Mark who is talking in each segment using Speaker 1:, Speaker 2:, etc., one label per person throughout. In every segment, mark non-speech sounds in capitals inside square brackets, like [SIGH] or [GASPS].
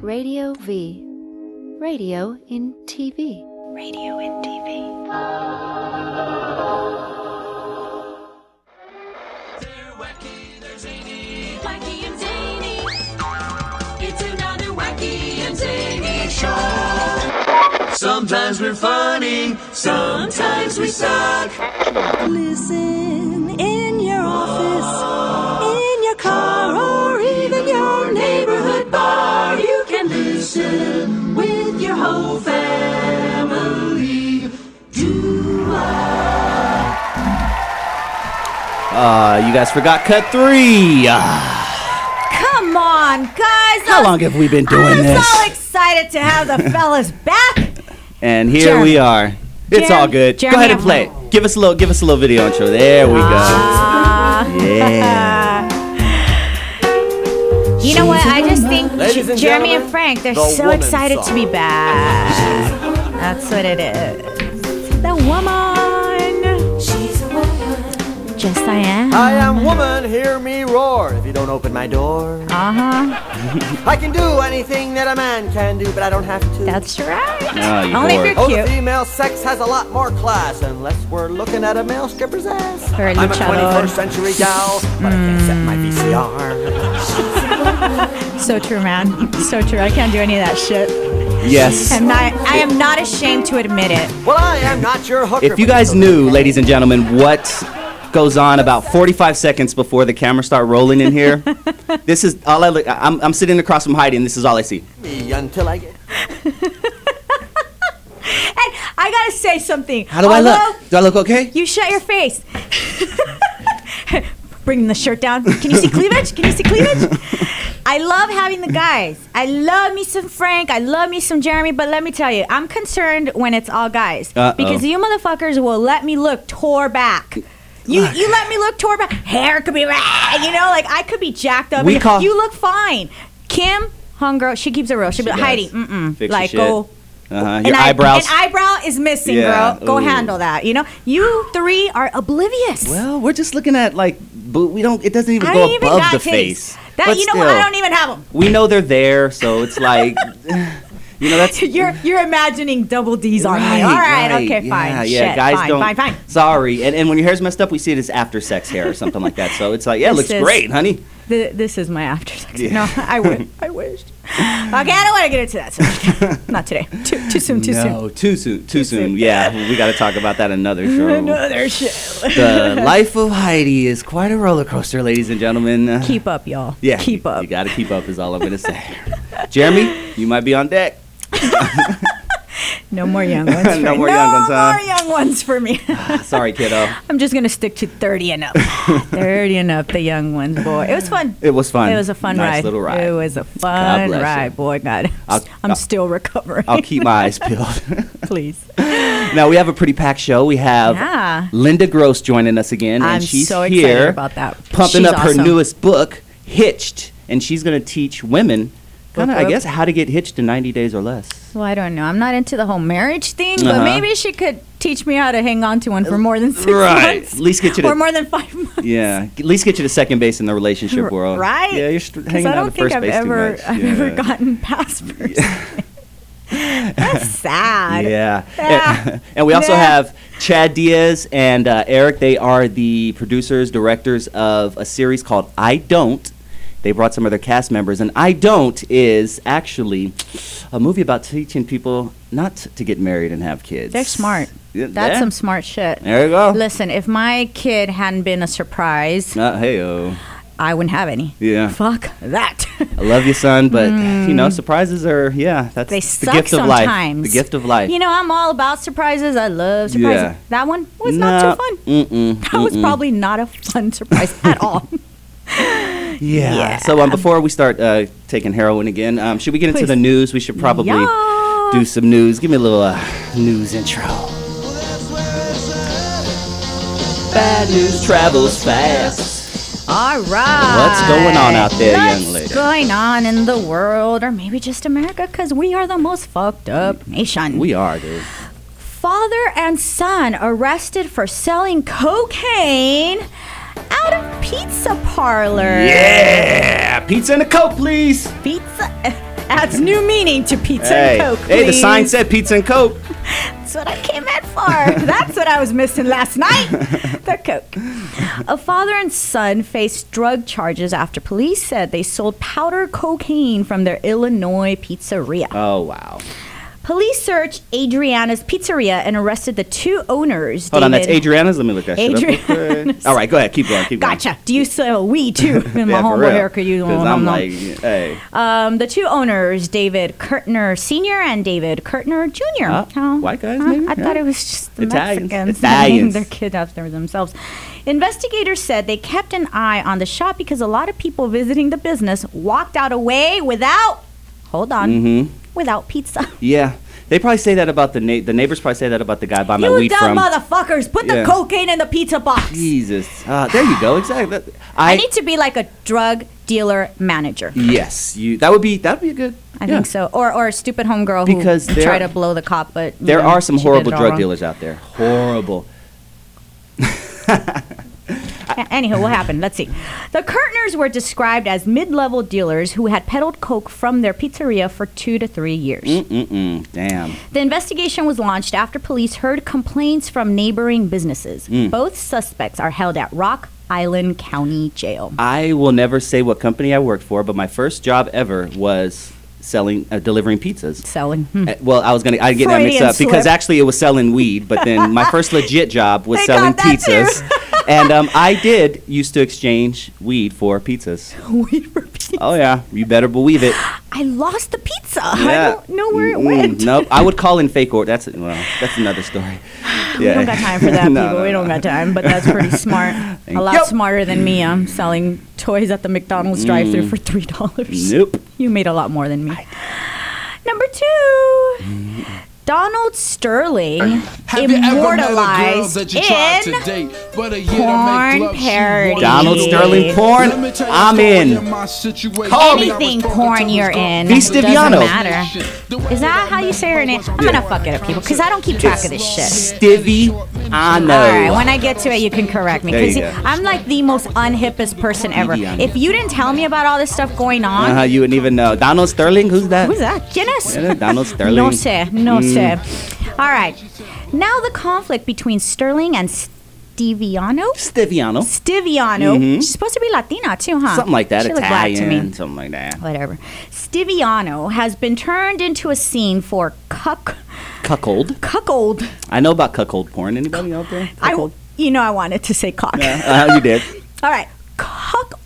Speaker 1: Radio V. Radio in TV.
Speaker 2: Radio in TV.
Speaker 3: They're wacky, they're zany. Wacky and zany. It's another wacky and zany show. Sometimes we're funny, sometimes we suck. Listen in your office, in your car, or even your neighborhood bar. You can listen with your whole family. Do
Speaker 4: Uh, you guys forgot cut three. Ah,
Speaker 5: Come on, guys.
Speaker 4: how long have we been doing
Speaker 5: I'm
Speaker 4: this?
Speaker 5: so excited to have the fellas back.
Speaker 4: and here we are. It's
Speaker 5: Jeremy-
Speaker 4: all good.
Speaker 5: Jeremy,
Speaker 4: go ahead and
Speaker 5: I'm-
Speaker 4: play it. Give us a little, give us a little video intro. There we go.
Speaker 5: Ah.
Speaker 4: yeah.
Speaker 5: You know what? I just think
Speaker 4: Ladies and
Speaker 5: Jeremy and
Speaker 4: gentlemen,
Speaker 5: Frank, they're
Speaker 4: the
Speaker 5: so
Speaker 4: woman
Speaker 5: excited
Speaker 4: song.
Speaker 5: to be back. That's what it is. The woman.
Speaker 2: She's a woman.
Speaker 5: Yes, I
Speaker 6: [LAUGHS]
Speaker 5: am.
Speaker 6: I am woman, hear me roar. If you don't open my
Speaker 4: [LAUGHS]
Speaker 6: door,
Speaker 5: Uh huh.
Speaker 6: I can do anything that a man can do, but I don't have to.
Speaker 5: That's right.
Speaker 4: Oh, you
Speaker 5: Only if
Speaker 4: whore.
Speaker 5: you're
Speaker 6: oh,
Speaker 5: cute.
Speaker 6: the female sex has a lot more class, unless we're looking at a male stripper's ass.
Speaker 5: Or a
Speaker 6: I'm a
Speaker 5: luchador.
Speaker 6: 21st century gal, but I can't set my VCR.
Speaker 5: So true, man. So true. I can't do any of that shit.
Speaker 4: yes.
Speaker 5: I'm not, I am not ashamed to admit it.
Speaker 6: Well, I am not your hooker.
Speaker 4: If you
Speaker 6: but
Speaker 4: guys
Speaker 6: it's
Speaker 4: knew, ladies and gentlemen, what goes on about 45 seconds before the camera start rolling in [LAUGHS] here, this is all I look. I- I'm, I'm sitting across from Heidi, and this is all I see.
Speaker 6: okay Me until I get.
Speaker 5: And I gotta say something.
Speaker 4: How do I
Speaker 5: Although-
Speaker 4: look? Do I look okay?
Speaker 5: You shut your face. [LAUGHS] Bringing the shirt down. Can you see cleavage? Can you see cleavage? I love having the guys. I love me some Frank. I love me some Jeremy. But let me tell you, I'm concerned when it's all guys
Speaker 4: Uh-oh.
Speaker 5: because you motherfuckers will let me look tore back. You, you let me look tore back. Hair could be rah, you know like I could be jacked up.
Speaker 4: We call-
Speaker 5: you look fine. Kim, homegirl, she keeps it real. She'll be like,
Speaker 4: does.
Speaker 5: Heidi, mm mm,
Speaker 4: Fix your
Speaker 5: like
Speaker 4: shit.
Speaker 5: go
Speaker 4: Uh-huh. Your
Speaker 5: an eye-
Speaker 4: eyebrows.
Speaker 5: an eyebrow is missing,
Speaker 4: Yeah,
Speaker 5: bro. Go
Speaker 4: ooh.
Speaker 5: handle that. You know, you three are oblivious.
Speaker 4: well, we're just looking at like, but we don't. It doesn't even
Speaker 5: I
Speaker 4: go
Speaker 5: don't even
Speaker 4: above
Speaker 5: got
Speaker 4: the
Speaker 5: taste.
Speaker 4: face.
Speaker 5: That
Speaker 4: But
Speaker 5: you know what? I
Speaker 4: still.
Speaker 5: don't even have them.
Speaker 4: we know they're there, so it's
Speaker 5: [LAUGHS]
Speaker 4: like, you know, that's
Speaker 5: You're you're imagining double D's on me.
Speaker 4: Right,
Speaker 5: All right,
Speaker 4: right,
Speaker 5: okay, fine.
Speaker 4: Yeah, yeah,
Speaker 5: Shit,
Speaker 4: guys
Speaker 5: fine,
Speaker 4: don't.
Speaker 5: fine, fine.
Speaker 4: Sorry, and and when your hair's messed up, we see it as after sex hair or something like that. So it's like, yeah, it
Speaker 5: This
Speaker 4: looks
Speaker 5: is-
Speaker 4: great, honey.
Speaker 5: Th- this is my after sex.
Speaker 4: Yeah.
Speaker 5: No,
Speaker 4: [LAUGHS]
Speaker 5: I wish. I wished. Okay, I don't want to get into that.
Speaker 4: [LAUGHS]
Speaker 5: subject. Not today. Too, too soon. Too soon.
Speaker 4: no, too soon, too soon. Yeah, we got to talk about that
Speaker 5: [LAUGHS]
Speaker 4: another show.
Speaker 5: Another shit.
Speaker 4: the
Speaker 5: [LAUGHS]
Speaker 4: life [LAUGHS] of Heidi is quite a roller coaster, ladies and gentlemen. Uh,
Speaker 5: Keep up, y'all.
Speaker 4: yeah,
Speaker 5: Keep
Speaker 4: you-
Speaker 5: up.
Speaker 4: You got to keep up is all I'm gonna say. Jeremy, you might be on deck.
Speaker 5: no
Speaker 4: [LAUGHS]
Speaker 5: more young ones. For
Speaker 4: No
Speaker 5: me.
Speaker 4: more young ones, huh?
Speaker 5: more young ones for me.
Speaker 4: Sorry, kiddo.
Speaker 5: I'm just gonna stick to
Speaker 4: [LAUGHS]
Speaker 5: 30 and up. 30 and up, the young ones, boy. It was fun.
Speaker 4: It was fun.
Speaker 5: It was a fun
Speaker 4: nice
Speaker 5: ride.
Speaker 4: Little ride.
Speaker 5: It was a
Speaker 4: God
Speaker 5: fun
Speaker 4: bless you.
Speaker 5: ride, boy. God,
Speaker 4: I'll-
Speaker 5: I'm
Speaker 4: I'll-
Speaker 5: still [LAUGHS] recovering.
Speaker 4: I'll keep my eyes peeled. [LAUGHS]
Speaker 5: Please.
Speaker 4: Now we have a pretty packed show. We have
Speaker 5: Yeah.
Speaker 4: Linda Gross joining us again,
Speaker 5: I'm
Speaker 4: and she's
Speaker 5: so excited
Speaker 4: here
Speaker 5: about that.
Speaker 4: pumping
Speaker 5: She's
Speaker 4: up
Speaker 5: awesome.
Speaker 4: her newest book, Hitched, and she's going to teach women, kind of, I
Speaker 5: whoop.
Speaker 4: guess, how to get hitched in 90 days or less.
Speaker 5: Well, I don't know. I'm not into the whole marriage thing,
Speaker 4: Uh-huh.
Speaker 5: but maybe she could teach me how to hang on to one for more than six
Speaker 4: Right.
Speaker 5: months.
Speaker 4: At least get you
Speaker 5: or
Speaker 4: to-
Speaker 5: more than five months.
Speaker 4: [LAUGHS] Yeah, at least get you to second base in the relationship world.
Speaker 5: Right?
Speaker 4: Yeah, you're st-
Speaker 5: Because
Speaker 4: hanging
Speaker 5: I
Speaker 4: out
Speaker 5: don't
Speaker 4: at
Speaker 5: think
Speaker 4: first
Speaker 5: I've
Speaker 4: base
Speaker 5: ever,
Speaker 4: too much.
Speaker 5: I've
Speaker 4: yeah.
Speaker 5: ever gotten past first. [LAUGHS] That's sad.
Speaker 4: Yeah.
Speaker 5: [LAUGHS] Yeah.
Speaker 4: And, [LAUGHS] and we also
Speaker 5: Yeah.
Speaker 4: have Chad Diaz and uh, Eric. They are the producers, directors of a series called I Don't. They brought some of their cast members, and I Don't is actually a movie about teaching people not to get married and have kids.
Speaker 5: They're smart.
Speaker 4: Yeah,
Speaker 5: That's
Speaker 4: yeah.
Speaker 5: some smart shit.
Speaker 4: There you go.
Speaker 5: Listen, if my kid hadn't been a surprise,
Speaker 4: Uh, hey, oh.
Speaker 5: I wouldn't have any.
Speaker 4: Yeah.
Speaker 5: Fuck that.
Speaker 4: I love you, son, but, you know, surprises are, yeah, that's
Speaker 5: Hmm. They
Speaker 4: the
Speaker 5: suck
Speaker 4: gift of life.
Speaker 5: sometimes.
Speaker 4: The gift of life.
Speaker 5: you know, I'm all about surprises. I love surprises.
Speaker 4: Yeah. Mm.
Speaker 5: That one was not too fun.
Speaker 4: Mm-mm,
Speaker 5: That was
Speaker 4: mm-mm.
Speaker 5: probably not a fun surprise
Speaker 4: [LAUGHS]
Speaker 5: at all.
Speaker 4: Yeah.
Speaker 5: Yeah.
Speaker 4: So um, before we start uh, taking heroin again, um, should we get into
Speaker 5: Please.
Speaker 4: the news? We should probably
Speaker 5: Yeah.
Speaker 4: do some news. Give me a little uh, news intro. Bad news travels fast.
Speaker 5: All right.
Speaker 4: What's going on out there, young
Speaker 5: What's
Speaker 4: lady?
Speaker 5: going on in the world, or maybe just America, because we are the most fucked up nation.
Speaker 4: We are, dude.
Speaker 5: Father and son arrested for selling cocaine out of pizza parlor.
Speaker 4: Yeah. Pizza and a coke, please.
Speaker 5: Pizza. [LAUGHS] adds new meaning to pizza and Coke.
Speaker 4: hey, the
Speaker 5: please.
Speaker 4: sign said pizza and Coke.
Speaker 5: That's what I came in for. That's what I was missing last night. The Coke. A father and son faced drug charges after police said they sold powder cocaine from their Illinois pizzeria.
Speaker 4: Oh wow.
Speaker 5: Police searched Adriana's pizzeria and arrested the two owners.
Speaker 4: Hold on, that's
Speaker 5: David-
Speaker 4: Adriana's. Let me look that shit
Speaker 5: [LAUGHS]
Speaker 4: up. real quick.
Speaker 5: Adriana's.
Speaker 4: All right, go ahead. Keep going. Keep going.
Speaker 5: Gotcha. Do you sell
Speaker 4: [LAUGHS]
Speaker 5: weed too? In my
Speaker 4: Yeah, for
Speaker 5: humble
Speaker 4: real.
Speaker 5: haircut, you
Speaker 4: 'Cause I'm like, hey.
Speaker 5: Um, the two owners, David Kurtner Sr. and David Kurtner Jr.
Speaker 4: Ah,
Speaker 5: Oh,
Speaker 4: white guys,
Speaker 5: huh?
Speaker 4: maybe?
Speaker 5: I thought
Speaker 4: Yeah.
Speaker 5: it was just the
Speaker 4: Italians.
Speaker 5: Mexicans. [LAUGHS]
Speaker 4: Italians.
Speaker 5: They're kids after themselves. Investigators said they kept an eye on the shop because a lot of people visiting the business walked out away without, hold on,
Speaker 4: Mm-hmm.
Speaker 5: without [LAUGHS] pizza.
Speaker 4: Yeah, they probably say that about the na- the neighbors. Probably say that about the guy by my
Speaker 5: you
Speaker 4: weed
Speaker 5: dumb
Speaker 4: from.
Speaker 5: motherfuckers! Put
Speaker 4: Yeah.
Speaker 5: the cocaine in the pizza box.
Speaker 4: Jesus. Uh, there you go. Exactly. That-
Speaker 5: I need to be like a drug dealer manager.
Speaker 4: Yes, you. That would be that would be a good.
Speaker 5: I
Speaker 4: Mm. yeah.
Speaker 5: think so. Or or a stupid homegirl
Speaker 4: Because
Speaker 5: who
Speaker 4: there-
Speaker 5: tried to blow the cop, but you
Speaker 4: There
Speaker 5: know,
Speaker 4: are some
Speaker 5: Mm, she did
Speaker 4: horrible
Speaker 5: it all
Speaker 4: drug
Speaker 5: wrong.
Speaker 4: dealers out there. Horrible.
Speaker 5: A- Anywho, what happened? Let's see. The Kurtners were described as mid-level dealers who had peddled coke from their pizzeria for two to three years.
Speaker 4: Mm-mm-mm. Damn.
Speaker 5: The investigation was launched after police heard complaints from neighboring businesses. Both suspects are held at Rock Island County Jail.
Speaker 4: I will never say what company I worked for, but my first job ever was selling uh, delivering pizzas.
Speaker 5: Selling.
Speaker 4: [LAUGHS]
Speaker 5: Hmm.
Speaker 4: Uh, Well, I was gonna I get that mixed
Speaker 5: Freudian
Speaker 4: up because
Speaker 5: slip.
Speaker 4: actually it was selling weed, but then
Speaker 5: [LAUGHS]
Speaker 4: my first legit job was
Speaker 5: They
Speaker 4: selling
Speaker 5: got that too.
Speaker 4: pizzas, and um, I did used to exchange weed for
Speaker 5: [LAUGHS]
Speaker 4: pizzas.
Speaker 5: We were being-
Speaker 4: Oh yeah, you better believe it.
Speaker 5: I lost the pizza. I
Speaker 4: Yeah.
Speaker 5: don't know where it
Speaker 4: Mm-mm.
Speaker 5: went.
Speaker 4: Nope, I would
Speaker 5: [LAUGHS]
Speaker 4: call in fake order. That's well, that's another story.
Speaker 5: [SIGHS] We don't got time
Speaker 4: [LAUGHS]
Speaker 5: for that,
Speaker 4: No,
Speaker 5: people.
Speaker 4: no,
Speaker 5: we don't got time, but that's
Speaker 4: [LAUGHS]
Speaker 5: pretty smart.
Speaker 4: Thank
Speaker 5: a lot
Speaker 4: you. Mm.
Speaker 5: smarter than me. I'm selling toys at the McDonald's drive-thru for three dollars.
Speaker 4: Nope.
Speaker 5: You made a lot more than me. Number two, Donald Sterling
Speaker 7: Have you ever met a girl
Speaker 5: immortalized
Speaker 7: that you tried
Speaker 5: in
Speaker 7: to date, but a year to make
Speaker 5: porn
Speaker 7: love she
Speaker 5: parody.
Speaker 7: wanted?
Speaker 4: Donald Sterling porn.
Speaker 7: Let me tell you
Speaker 4: I'm
Speaker 7: a story
Speaker 4: in.
Speaker 7: my situation.
Speaker 4: Call me.
Speaker 5: Anything porn you're in
Speaker 4: Vista
Speaker 5: doesn't
Speaker 4: Viano.
Speaker 5: matter. Is that how you say her name? I'm gonna fuck it up, people, because I don't keep track of this shit.
Speaker 4: Stiviano.
Speaker 5: All right, when I get to it, you can correct me
Speaker 4: There
Speaker 5: because
Speaker 4: you go.
Speaker 5: I'm like the most unhippest person ever.
Speaker 4: Viviana.
Speaker 5: If you didn't tell me about all this stuff going on,
Speaker 4: uh-huh, you wouldn't even know. Donald Sterling. Who's that?
Speaker 5: who's that? ¿Quién es?
Speaker 4: Yeah,
Speaker 5: [LAUGHS]
Speaker 4: Donald Sterling. Mm.
Speaker 5: No sé, no sé. All right, now the conflict between Sterling and Stiviano.
Speaker 4: Stiviano. Mm-hmm.
Speaker 5: Stiviano. She's supposed to be Latina too, huh?
Speaker 4: Something like that.
Speaker 5: She looked black
Speaker 4: Italian.
Speaker 5: to me.
Speaker 4: Something like that.
Speaker 5: Whatever. Stiviano has been turned into a scene for cuck
Speaker 4: Cuckold.
Speaker 5: cuckold.
Speaker 4: I know about cuckold porn. Anybody out there?
Speaker 5: I, you know, I wanted to say cock. [LAUGHS]
Speaker 4: Uh, you did.
Speaker 5: All right.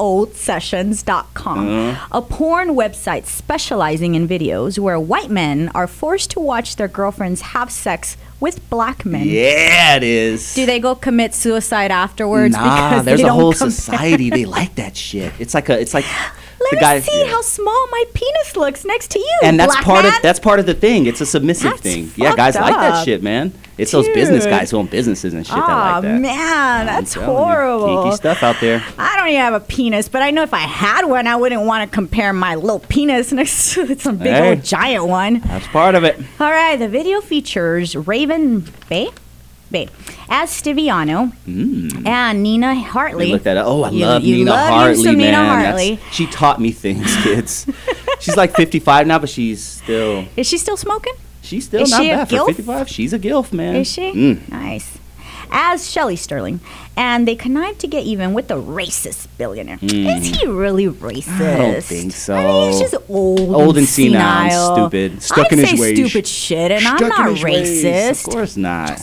Speaker 5: Cuckoldsessions.com,
Speaker 4: Uh-huh.
Speaker 5: a porn website specializing in videos where white men are forced to watch their girlfriends have sex with black men.
Speaker 4: Yeah, it is.
Speaker 5: Do they go commit suicide afterwards?
Speaker 4: Nah,
Speaker 5: because
Speaker 4: there's
Speaker 5: they
Speaker 4: a
Speaker 5: don't
Speaker 4: whole
Speaker 5: come back?
Speaker 4: society. They
Speaker 5: [LAUGHS]
Speaker 4: like that shit. It's like a. It's like
Speaker 5: [GASPS] Let
Speaker 4: the
Speaker 5: me
Speaker 4: guy.
Speaker 5: see how small my penis looks next to you.
Speaker 4: and that's
Speaker 5: black
Speaker 4: part
Speaker 5: man.
Speaker 4: of that's part of the thing. It's a submissive
Speaker 5: That's
Speaker 4: thing. Yeah,
Speaker 5: fucked
Speaker 4: guys like that
Speaker 5: up.
Speaker 4: shit, man. It's those business
Speaker 5: Dude.
Speaker 4: guys who own businesses and shit that
Speaker 5: Aw,
Speaker 4: like that.
Speaker 5: man,
Speaker 4: I'm
Speaker 5: that's
Speaker 4: telling you,
Speaker 5: horrible.
Speaker 4: Kinky stuff out there.
Speaker 5: I don't even have a penis, but I know if I had one, I wouldn't want to compare my little penis [LAUGHS] next to some big
Speaker 4: Hey.
Speaker 5: old giant one.
Speaker 4: That's part of it.
Speaker 5: All right, the video features Raven Bay, Bay as Stiviano and Nina
Speaker 4: Let me
Speaker 5: Hartley.
Speaker 4: Hmm. look that up. Oh, I
Speaker 5: You-
Speaker 4: love
Speaker 5: you
Speaker 4: Nina
Speaker 5: love you
Speaker 4: Hartley, man.
Speaker 5: some Nina
Speaker 4: That's-
Speaker 5: Hartley.
Speaker 4: she taught me
Speaker 5: [LAUGHS]
Speaker 4: things, kids. she's like 55 now, but she's still
Speaker 5: Is she still smoking?
Speaker 4: she's still
Speaker 5: Is
Speaker 4: not
Speaker 5: she a
Speaker 4: bad
Speaker 5: gilf?
Speaker 4: for 55. She's a gilf, man.
Speaker 5: Is she?
Speaker 4: Mm.
Speaker 5: Nice. As Shelley Sterling, and they connive to get even with the racist billionaire. Is he really racist?
Speaker 4: Mm. I don't think so.
Speaker 5: I mean, he's just old,
Speaker 4: Old and senile,
Speaker 5: senile,
Speaker 4: and stupid, stuck
Speaker 5: I'd
Speaker 4: in his
Speaker 5: say
Speaker 4: ways.
Speaker 5: stupid shit, and I'm
Speaker 4: Stuck in
Speaker 5: not
Speaker 4: his ways.
Speaker 5: racist.
Speaker 4: Of course not.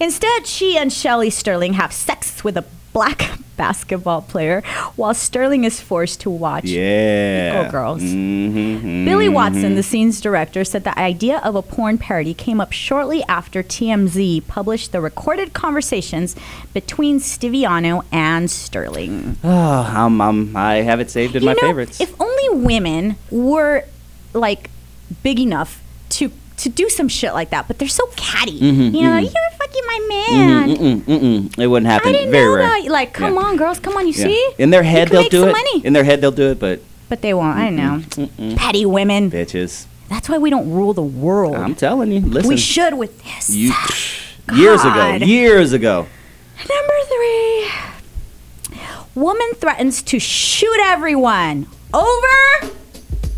Speaker 5: Instead, she and Shelly Sterling have sex with a black [LAUGHS] basketball player while Sterling is forced to watch.
Speaker 4: Yeah.
Speaker 5: Go girls.
Speaker 4: Mm-hmm.
Speaker 5: Billy Watson, the scene's director, said the idea of a porn parody came up shortly after TMZ published the recorded conversations between Stiviano and Sterling.
Speaker 4: Oh, um, um, I have it saved in my
Speaker 5: You know,
Speaker 4: favorites.
Speaker 5: If only women were like big enough to to do some shit like that, but they're so catty.
Speaker 4: Mm-hmm,
Speaker 5: you know, you're fucking my man.
Speaker 4: Mm-mm, mm-mm. It wouldn't happen.
Speaker 5: I didn't
Speaker 4: Very
Speaker 5: know
Speaker 4: rare.
Speaker 5: that. Like, come
Speaker 4: Yeah.
Speaker 5: on, girls, come on. You
Speaker 4: Yeah.
Speaker 5: see?
Speaker 4: In their head,
Speaker 5: can
Speaker 4: they'll
Speaker 5: make
Speaker 4: do
Speaker 5: some
Speaker 4: it. Mm-hmm.
Speaker 5: money.
Speaker 4: In their head, they'll do it, but
Speaker 5: But they won't. I know. Petty women.
Speaker 4: bitches.
Speaker 5: That's why we don't rule the world.
Speaker 4: I'm telling you. Listen.
Speaker 5: we should with this.
Speaker 4: you, years ago.
Speaker 5: God.
Speaker 4: Years ago.
Speaker 5: Number three. Woman threatens to shoot everyone over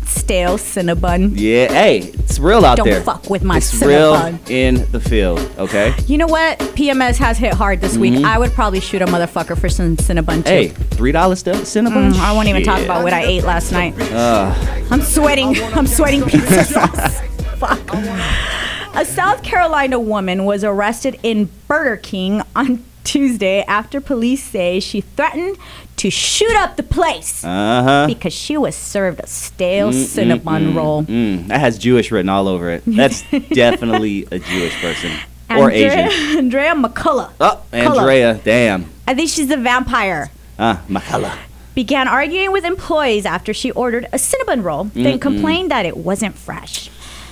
Speaker 5: stale Cinnabon.
Speaker 4: Yeah, hey, it's real out
Speaker 5: Don't
Speaker 4: there.
Speaker 5: fuck with my
Speaker 4: It's real
Speaker 5: Cinnabon.
Speaker 4: in the field, okay?
Speaker 5: You know what? PMS has hit hard this week. I would probably shoot a motherfucker for some Cinnabon
Speaker 4: Mm-hmm.
Speaker 5: too.
Speaker 4: Hey, Mm-hmm. three dollars still Cinnabon.
Speaker 5: Mm, I won't even talk
Speaker 4: Shit.
Speaker 5: about what I ate last night.
Speaker 4: Uh,
Speaker 5: I'm sweating. I'm sweating pizza [LAUGHS] sauce. Fuck. A South Carolina woman was arrested in Burger King on Tuesday after police say she threatened to shoot up the place
Speaker 4: Uh-huh.
Speaker 5: because she was served a stale cinnamon roll.
Speaker 4: Mm, that has Jewish written all over it.
Speaker 5: [LAUGHS]
Speaker 4: That's definitely a Jewish person or
Speaker 5: Andrea,
Speaker 4: Asian.
Speaker 5: Andrea McCullough.
Speaker 4: Oh, Andrea, damn.
Speaker 5: I think she's a vampire.
Speaker 4: Ah, Mahala.
Speaker 5: began arguing with employees after she ordered a cinnamon roll, then complained that it wasn't fresh.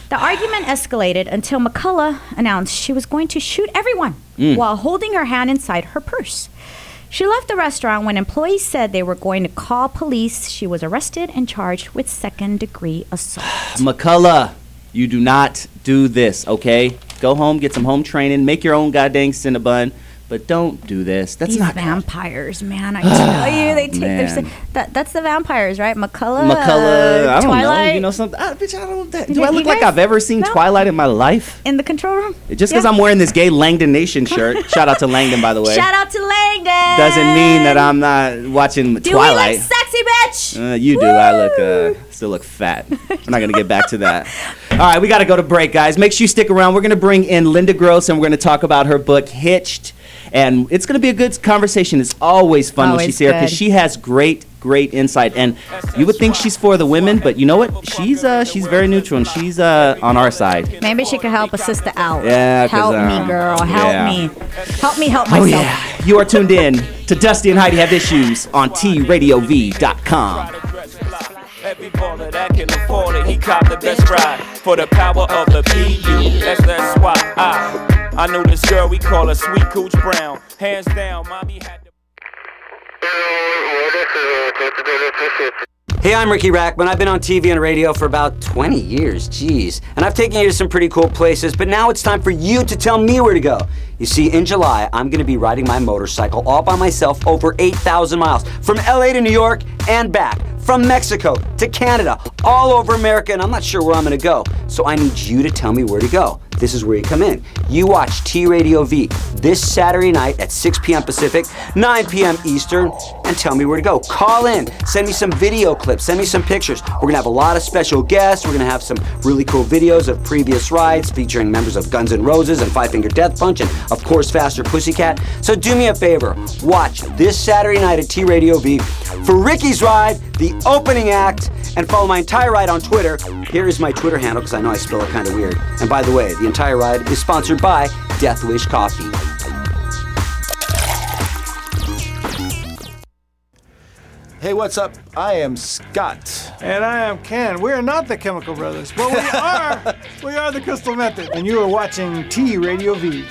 Speaker 5: The argument escalated until McCullough announced she was going to shoot everyone
Speaker 4: Mm.
Speaker 5: while holding her hand inside her purse. She left the restaurant when employees said they were going to call police. She was arrested and charged with second degree assault.
Speaker 4: McCullough, you do not do this, okay? Go home, get some home training, make your own goddamn Cinnabon, but don't do this. That's
Speaker 5: These
Speaker 4: not
Speaker 5: vampires, man!
Speaker 4: [SIGHS]
Speaker 5: I tell you, they take their.
Speaker 4: Man.
Speaker 5: cin- That, that's the vampires, right? McCullough,
Speaker 4: McCullough.
Speaker 5: uh,
Speaker 4: I don't
Speaker 5: Twilight
Speaker 4: know. You know something? Ah, bitch, I don't. That, do
Speaker 5: You
Speaker 4: I look like
Speaker 5: guys-
Speaker 4: I've ever seen
Speaker 5: No.
Speaker 4: Twilight in my life?
Speaker 5: in the control room.
Speaker 4: Just because
Speaker 5: Yeah.
Speaker 4: I'm wearing this gay Langdon Nation
Speaker 5: [LAUGHS]
Speaker 4: shirt, shout out to Langdon by the way,
Speaker 5: Shout out to Langdon.
Speaker 4: doesn't mean that I'm not watching
Speaker 5: Do
Speaker 4: Twilight.
Speaker 5: we look sexy, bitch?
Speaker 4: Uh, you do. I look uh, still look fat. I'm not gonna get back to that. [LAUGHS] All right, we gotta go to break, guys. Make sure you stick around. We're gonna bring in Linda Gross, and we're gonna talk about her book Hitched, and it's gonna be a good conversation. It's always fun when
Speaker 5: Always
Speaker 4: she's here because
Speaker 5: good.
Speaker 4: she has great, great insight. And you would think she's for the women, but you know what? She's uh, she's very neutral, and she's uh, on our side.
Speaker 5: Maybe she could help a sister out.
Speaker 4: Yeah, 'cause,
Speaker 5: help
Speaker 4: um,
Speaker 5: me, girl. Help
Speaker 4: yeah.
Speaker 5: me. Help me. Help myself.
Speaker 4: Oh yeah, you are tuned in to Dusty and Heidi Have Issues on TRadioV.com.
Speaker 8: Every baller that can afford it, he cop the best ride for the power of the PU. That's that's why I I knew this girl we call her Sweet Cooch Brown. Hands down, mommy had to.
Speaker 9: Hey, I'm Ricky Rackman. I've been on TV and radio for about 20 years, jeez. And I've taken you to some pretty cool places, but now it's time for you to tell me where to go. You see, in July, I'm gonna be riding my motorcycle all by myself over 8,000 miles from LA to New York and back, from Mexico to Canada, all over America, and I'm not sure where I'm gonna go. So I need you to tell me where to go. This is where you come in. You watch T Radio V this Saturday night at 6 p.m. Pacific, 9 p.m. Eastern, and tell me where to go. Call in, send me some video clips, send me some pictures. We're gonna have a lot of special guests. We're gonna have some really cool videos of previous rides featuring members of Guns N' Roses and Five Finger Death Punch, and of course, Faster Pussycat. So do me a favor, watch this Saturday night at T Radio V for Ricky's Ride, the opening act, and follow my entire ride on Twitter. Here is my Twitter handle because I know I spell it kind of weird. And by the way, the entire ride is sponsored by Death Wish Coffee.
Speaker 10: Hey, what's up? I am Scott.
Speaker 11: And I am Ken. We are not the Chemical Brothers,
Speaker 10: [LAUGHS]
Speaker 11: but we are. we are the Crystal Method. And you are watching T Radio V.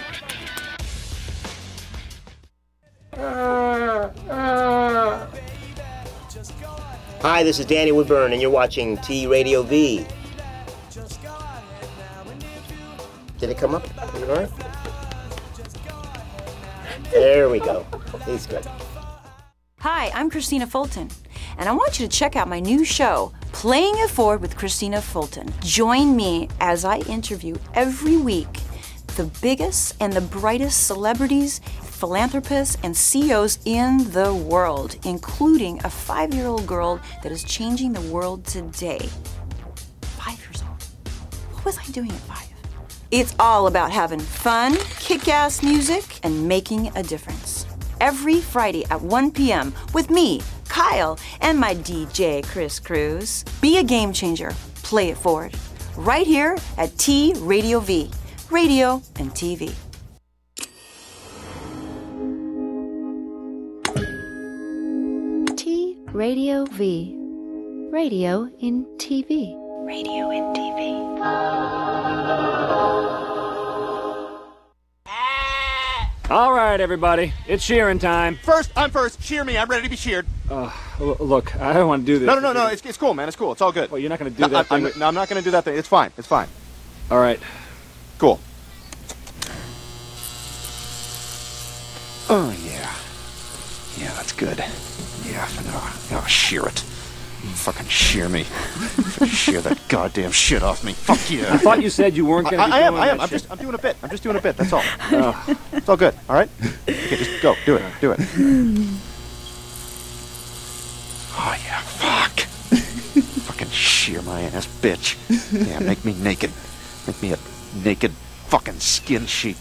Speaker 12: Hi, this is Danny Woodburn, and you're watching T Radio V. Did it come up? Is it all right? There we go. It's good.
Speaker 13: Hi, I'm Christina Fulton, and I want you to check out my new show, Playing It Forward with Christina Fulton. Join me as I interview every week the biggest and the brightest celebrities, philanthropists, and CEOs in the world, including a five year old girl that is changing the world today. Five years old. What was I doing at five? It's all about having fun, kick ass music, and making a difference. Every Friday at 1 p.m. with me, Kyle, and my DJ, Chris Cruz. Be a game changer. Play it forward. Right here at T Radio V. Radio and TV.
Speaker 1: T Radio V. Radio in TV.
Speaker 2: Radio and TV.
Speaker 8: All right, everybody, it's cheering time.
Speaker 10: First, I'm first. Cheer me. I'm ready to be cheered.
Speaker 11: Uh, L- look, I don't want to do this.
Speaker 10: No, no, no, no. It's, it's cool, man. It's cool. It's all good.
Speaker 11: Well, you're not going to do
Speaker 10: No,
Speaker 11: that.
Speaker 10: I'm,
Speaker 11: thing.
Speaker 10: I'm, no, I'm not going to do that thing. It's fine. It's fine.
Speaker 11: All right.
Speaker 10: Cool.
Speaker 11: Oh, yeah. Yeah, that's good. Yeah, no, no, shear it.
Speaker 10: Fucking shear me. shear [LAUGHS] that goddamn shit off me. Fuck you.
Speaker 14: I thought you said you weren't gonna
Speaker 10: I,
Speaker 14: be
Speaker 10: I am.
Speaker 14: doing
Speaker 10: I am.
Speaker 14: that
Speaker 10: I'm
Speaker 14: shit.
Speaker 10: just. I'm doing a bit. I'm just doing a bit. That's
Speaker 14: [LAUGHS]
Speaker 10: all.
Speaker 11: Uh,
Speaker 10: It's all good. All right. Okay, just go. Do it. Do it. Oh yeah.
Speaker 4: [LAUGHS]
Speaker 10: Fuck. fucking shear my ass, bitch. Yeah, make me naked. Make me a naked fucking skin sheep.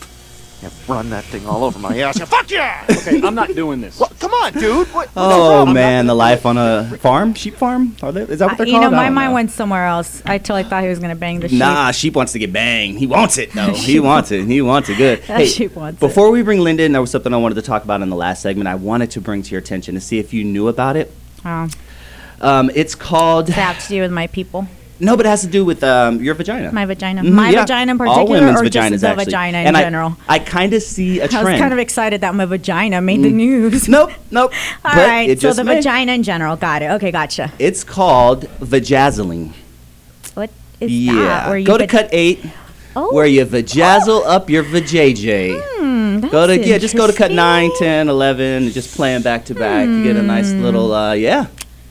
Speaker 10: And run that thing all over my
Speaker 4: [LAUGHS]
Speaker 10: ass. Yeah, fuck yeah.
Speaker 14: Okay, I'm not doing this.
Speaker 10: Well, come on, dude.
Speaker 5: [LAUGHS]
Speaker 10: What?
Speaker 4: Oh man, the life on a farm, sheep farm. Are they, is that what they're
Speaker 5: Uh, you
Speaker 4: called?
Speaker 5: know,
Speaker 4: I
Speaker 5: my
Speaker 4: don't
Speaker 5: mind went somewhere else. I totally thought he was gonna bang the
Speaker 4: Nah, sheep wants to get banged. He wants it though.
Speaker 5: [LAUGHS]
Speaker 4: he wants it. He wants it good.
Speaker 5: That sheep wants it.
Speaker 4: before we bring Linda in, there was something I wanted to talk about in the last segment. I wanted to bring to your attention to see if you knew about it.
Speaker 5: sheep. Oh,
Speaker 4: Um, it's called
Speaker 5: does that have to do with my people?
Speaker 4: no, but it has to do with um, your vagina.
Speaker 5: My vagina.
Speaker 4: Mhm,
Speaker 5: my
Speaker 4: yeah.
Speaker 5: vagina in
Speaker 4: All
Speaker 5: particular,
Speaker 4: women's
Speaker 5: or just
Speaker 4: vaginas,
Speaker 5: the
Speaker 4: actually.
Speaker 5: vagina in
Speaker 4: And I-
Speaker 5: general.
Speaker 4: I kind of see a
Speaker 5: I
Speaker 4: trend.
Speaker 5: was kind of excited that my vagina made the
Speaker 4: Mm.
Speaker 5: news.
Speaker 4: Nope, nope.
Speaker 5: [LAUGHS] All
Speaker 4: But
Speaker 5: right,
Speaker 4: it
Speaker 5: so
Speaker 4: just
Speaker 5: the
Speaker 4: may.
Speaker 5: vagina in general. Got it. Okay, gotcha.
Speaker 4: it's called vajazzling.
Speaker 5: What is that?
Speaker 4: yeah,
Speaker 5: Where you
Speaker 4: go to
Speaker 5: put-
Speaker 4: cut eight,
Speaker 5: Oh.
Speaker 4: where you vajazzle up your vajayjay.
Speaker 5: Hmm, that's
Speaker 4: go to yeah just go to cut
Speaker 5: interesting.
Speaker 4: 9 10 11 and just play 'em back to back you get a nice
Speaker 5: Hmm.
Speaker 4: little uh, yeah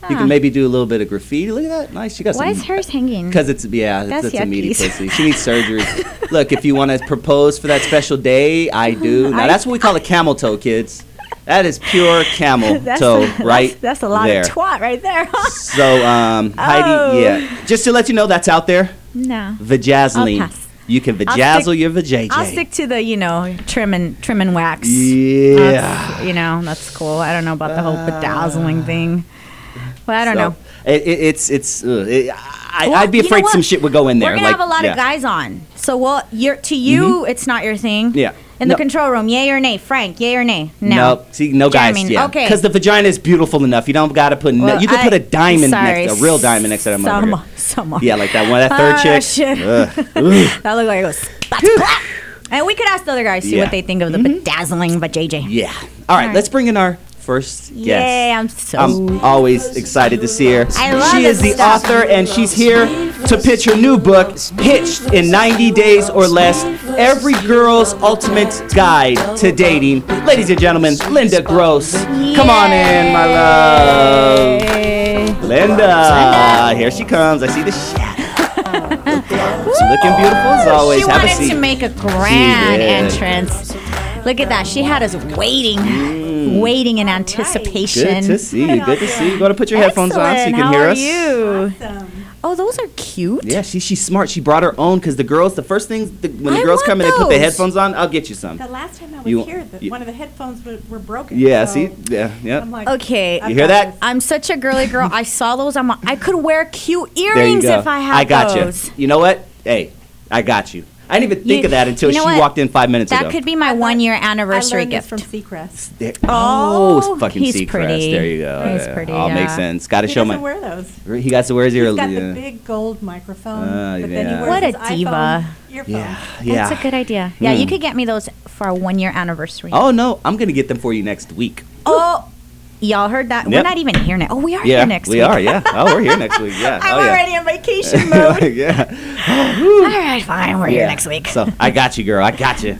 Speaker 4: you
Speaker 5: Huh.
Speaker 4: can maybe do a little bit of graffiti look at that nice she got
Speaker 5: Why is
Speaker 4: some
Speaker 5: hers hanging?
Speaker 4: because it's yeah
Speaker 5: That's
Speaker 4: that's, a meaty
Speaker 5: yuckies.
Speaker 4: pussy she needs
Speaker 5: [LAUGHS]
Speaker 4: surgery look if you want to propose for that special day i
Speaker 5: [LAUGHS]
Speaker 4: do now
Speaker 5: I-
Speaker 4: that's what we call a camel toe kids that is pure camel
Speaker 5: [LAUGHS] that's
Speaker 4: toe
Speaker 5: a,
Speaker 4: right
Speaker 5: That's, that's a lot
Speaker 4: there
Speaker 5: of twat right there. huh? [LAUGHS]
Speaker 4: so um,
Speaker 5: Oh.
Speaker 4: heidi yeah just to let you know that's out there
Speaker 5: no. I'll
Speaker 4: vajazzling
Speaker 5: pass.
Speaker 4: you can
Speaker 5: I'll
Speaker 4: vajazzle
Speaker 5: stick-
Speaker 4: your vajayjay
Speaker 5: I'll stick to the you know trim and trim and wax.
Speaker 4: Yeah.
Speaker 5: That's, you know that's cool. I don't know about the whole
Speaker 4: Ah.
Speaker 5: bedazzling thing. But I don't know.
Speaker 4: know. It, it, it's it's. Uh, it, I,
Speaker 5: Well,
Speaker 4: I'd be
Speaker 5: you know
Speaker 4: afraid
Speaker 5: what?
Speaker 4: some shit would go in there.
Speaker 5: We're gonna
Speaker 4: like,
Speaker 5: have a lot
Speaker 4: yeah. Mm-hmm.
Speaker 5: of guys on. So well, you're, to you, it's not your thing.
Speaker 4: Yeah.
Speaker 5: In the
Speaker 4: No.
Speaker 5: control room, yay or nay, Frank, yay or nay. No.
Speaker 4: Nope. See, no guys.
Speaker 5: Jeremy,
Speaker 4: yeah.
Speaker 5: okay.
Speaker 4: Because the vagina is beautiful enough. You don't got to put. no-
Speaker 5: Well,
Speaker 4: you can
Speaker 5: I-
Speaker 4: put a diamond,
Speaker 5: sorry,
Speaker 4: next, a real diamond next to that
Speaker 5: Some,
Speaker 4: motherfucker.
Speaker 5: some are.
Speaker 4: Yeah, like that one, that third
Speaker 5: Ah,
Speaker 4: chick.
Speaker 5: shit.
Speaker 4: Ugh. Ugh.
Speaker 5: [LAUGHS] That looked like it was. spat, clap. [LAUGHS] and we could ask the other guys see
Speaker 4: Yeah. Mm-hmm.
Speaker 5: what they think of the bedazzling vajayjay.
Speaker 4: Yeah. All right,
Speaker 5: All right.
Speaker 4: let's bring in our first guest.
Speaker 5: Yay, I'm so-
Speaker 4: I'm always excited to see her.
Speaker 5: I love
Speaker 4: she is
Speaker 5: this
Speaker 4: the
Speaker 5: stuff.
Speaker 4: author, and she's here to pitch her new book, Hitched in 90 Days or Less Every Girl's Ultimate Guide to Dating. Ladies and gentlemen, Linda Gross. Come on in, my love. Linda. Here she comes. I see the shadow. She's looking beautiful as always.
Speaker 5: She
Speaker 4: Have a
Speaker 5: wanted
Speaker 4: seat.
Speaker 5: to make a grand
Speaker 4: did.
Speaker 5: entrance. Look at that. She had us waiting, waiting in anticipation.
Speaker 4: Mm. Good to see you. Good to see you. Go to put your headphones on so you
Speaker 5: Excellent.
Speaker 4: can
Speaker 5: How
Speaker 4: hear
Speaker 5: are
Speaker 4: us.
Speaker 5: you? Oh, those are cute.
Speaker 4: Yeah, she, she's smart. She brought her own because the girls, the first thing the, when the
Speaker 15: I
Speaker 4: girls
Speaker 15: want
Speaker 4: come and they put the
Speaker 15: those.
Speaker 4: headphones on, I'll get you some.
Speaker 15: The last time I was
Speaker 4: You-
Speaker 15: here, the,
Speaker 4: you-
Speaker 15: one of the headphones were, were broken.
Speaker 4: Yeah,
Speaker 15: so
Speaker 4: see, yeah, yeah.
Speaker 15: I'm like,
Speaker 5: Okay.
Speaker 4: You hear that?
Speaker 5: I'm such a girly girl. I saw those. I'm. I could wear cute
Speaker 4: there you
Speaker 5: earrings
Speaker 4: go.
Speaker 5: if I had
Speaker 4: got
Speaker 5: those.
Speaker 4: you. You know what? Hey, I got you. I didn't even think
Speaker 5: You-
Speaker 4: of that until
Speaker 5: you know
Speaker 4: she
Speaker 5: what?
Speaker 4: walked in five minutes
Speaker 5: That
Speaker 4: ago.
Speaker 5: could be my one year anniversary
Speaker 15: learned this
Speaker 5: gift.
Speaker 15: from Seacrest.
Speaker 4: There- oh, it's fucking
Speaker 5: he's
Speaker 4: Seacrest.
Speaker 5: pretty.
Speaker 4: There you go.
Speaker 5: He's
Speaker 4: Yeah,
Speaker 5: pretty,
Speaker 4: All makes
Speaker 5: yeah.
Speaker 4: sense. Got to
Speaker 15: He
Speaker 4: show
Speaker 15: doesn't
Speaker 4: my.
Speaker 15: wear those.
Speaker 4: He got to wear his ear.
Speaker 15: He's got
Speaker 4: yeah.
Speaker 15: the big gold microphone,
Speaker 4: Ah,
Speaker 15: but then he
Speaker 4: yeah.
Speaker 15: wears
Speaker 5: What a
Speaker 15: his iPhone
Speaker 5: diva.
Speaker 15: earphones.
Speaker 4: yeah, yeah.
Speaker 5: That's a good idea. Yeah, you
Speaker 4: Hmm.
Speaker 5: could get me those for our one year anniversary.
Speaker 4: Oh no, I'm gonna get them for you next week.
Speaker 5: Oh, y'all heard that? We're
Speaker 4: Yep.
Speaker 5: not even here now. Oh, we are
Speaker 4: yeah,
Speaker 5: here next
Speaker 4: we
Speaker 5: week.
Speaker 4: are.
Speaker 5: [LAUGHS]
Speaker 4: Yeah. Oh, we're here next week. Yeah.
Speaker 5: I'm
Speaker 4: oh, yeah. [LAUGHS]
Speaker 5: already on vacation mode.
Speaker 4: yeah.
Speaker 5: All right, fine. We're here
Speaker 4: Yeah.
Speaker 5: next week.
Speaker 4: So I got you, girl. I got
Speaker 5: [LAUGHS]
Speaker 4: you.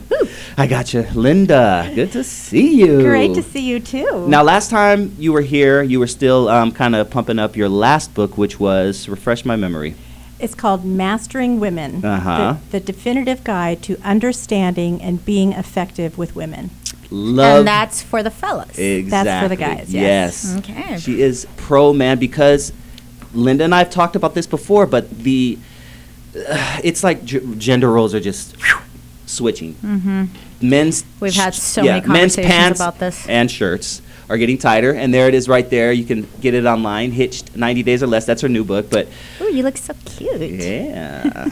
Speaker 4: I got you, Linda. Good to see you.
Speaker 15: Great to see you too.
Speaker 4: Now, last time you were here, you were still um, kind of pumping up your last book, which was refresh my memory.
Speaker 15: it's called Mastering Women:
Speaker 4: Uh-huh.
Speaker 15: the, the definitive guide to understanding and being effective with women.
Speaker 4: Love.
Speaker 5: and that's for the fellas.
Speaker 4: exactly.
Speaker 15: that's for the guys, yes.
Speaker 4: Yes.
Speaker 5: Okay.
Speaker 4: She is pro man because Linda and I have talked about this before, but the uh, it's like g- gender roles are just whew, switching.
Speaker 5: Mm-hmm.
Speaker 4: Men's
Speaker 5: We've had so many
Speaker 4: men's
Speaker 5: conversations
Speaker 4: pants
Speaker 5: about this.
Speaker 4: and shirts are getting tighter, and there it is right there. You can get it online. Hitched, ninety days or less. That's her new book, but
Speaker 5: Ooh, you look so cute.
Speaker 4: yeah.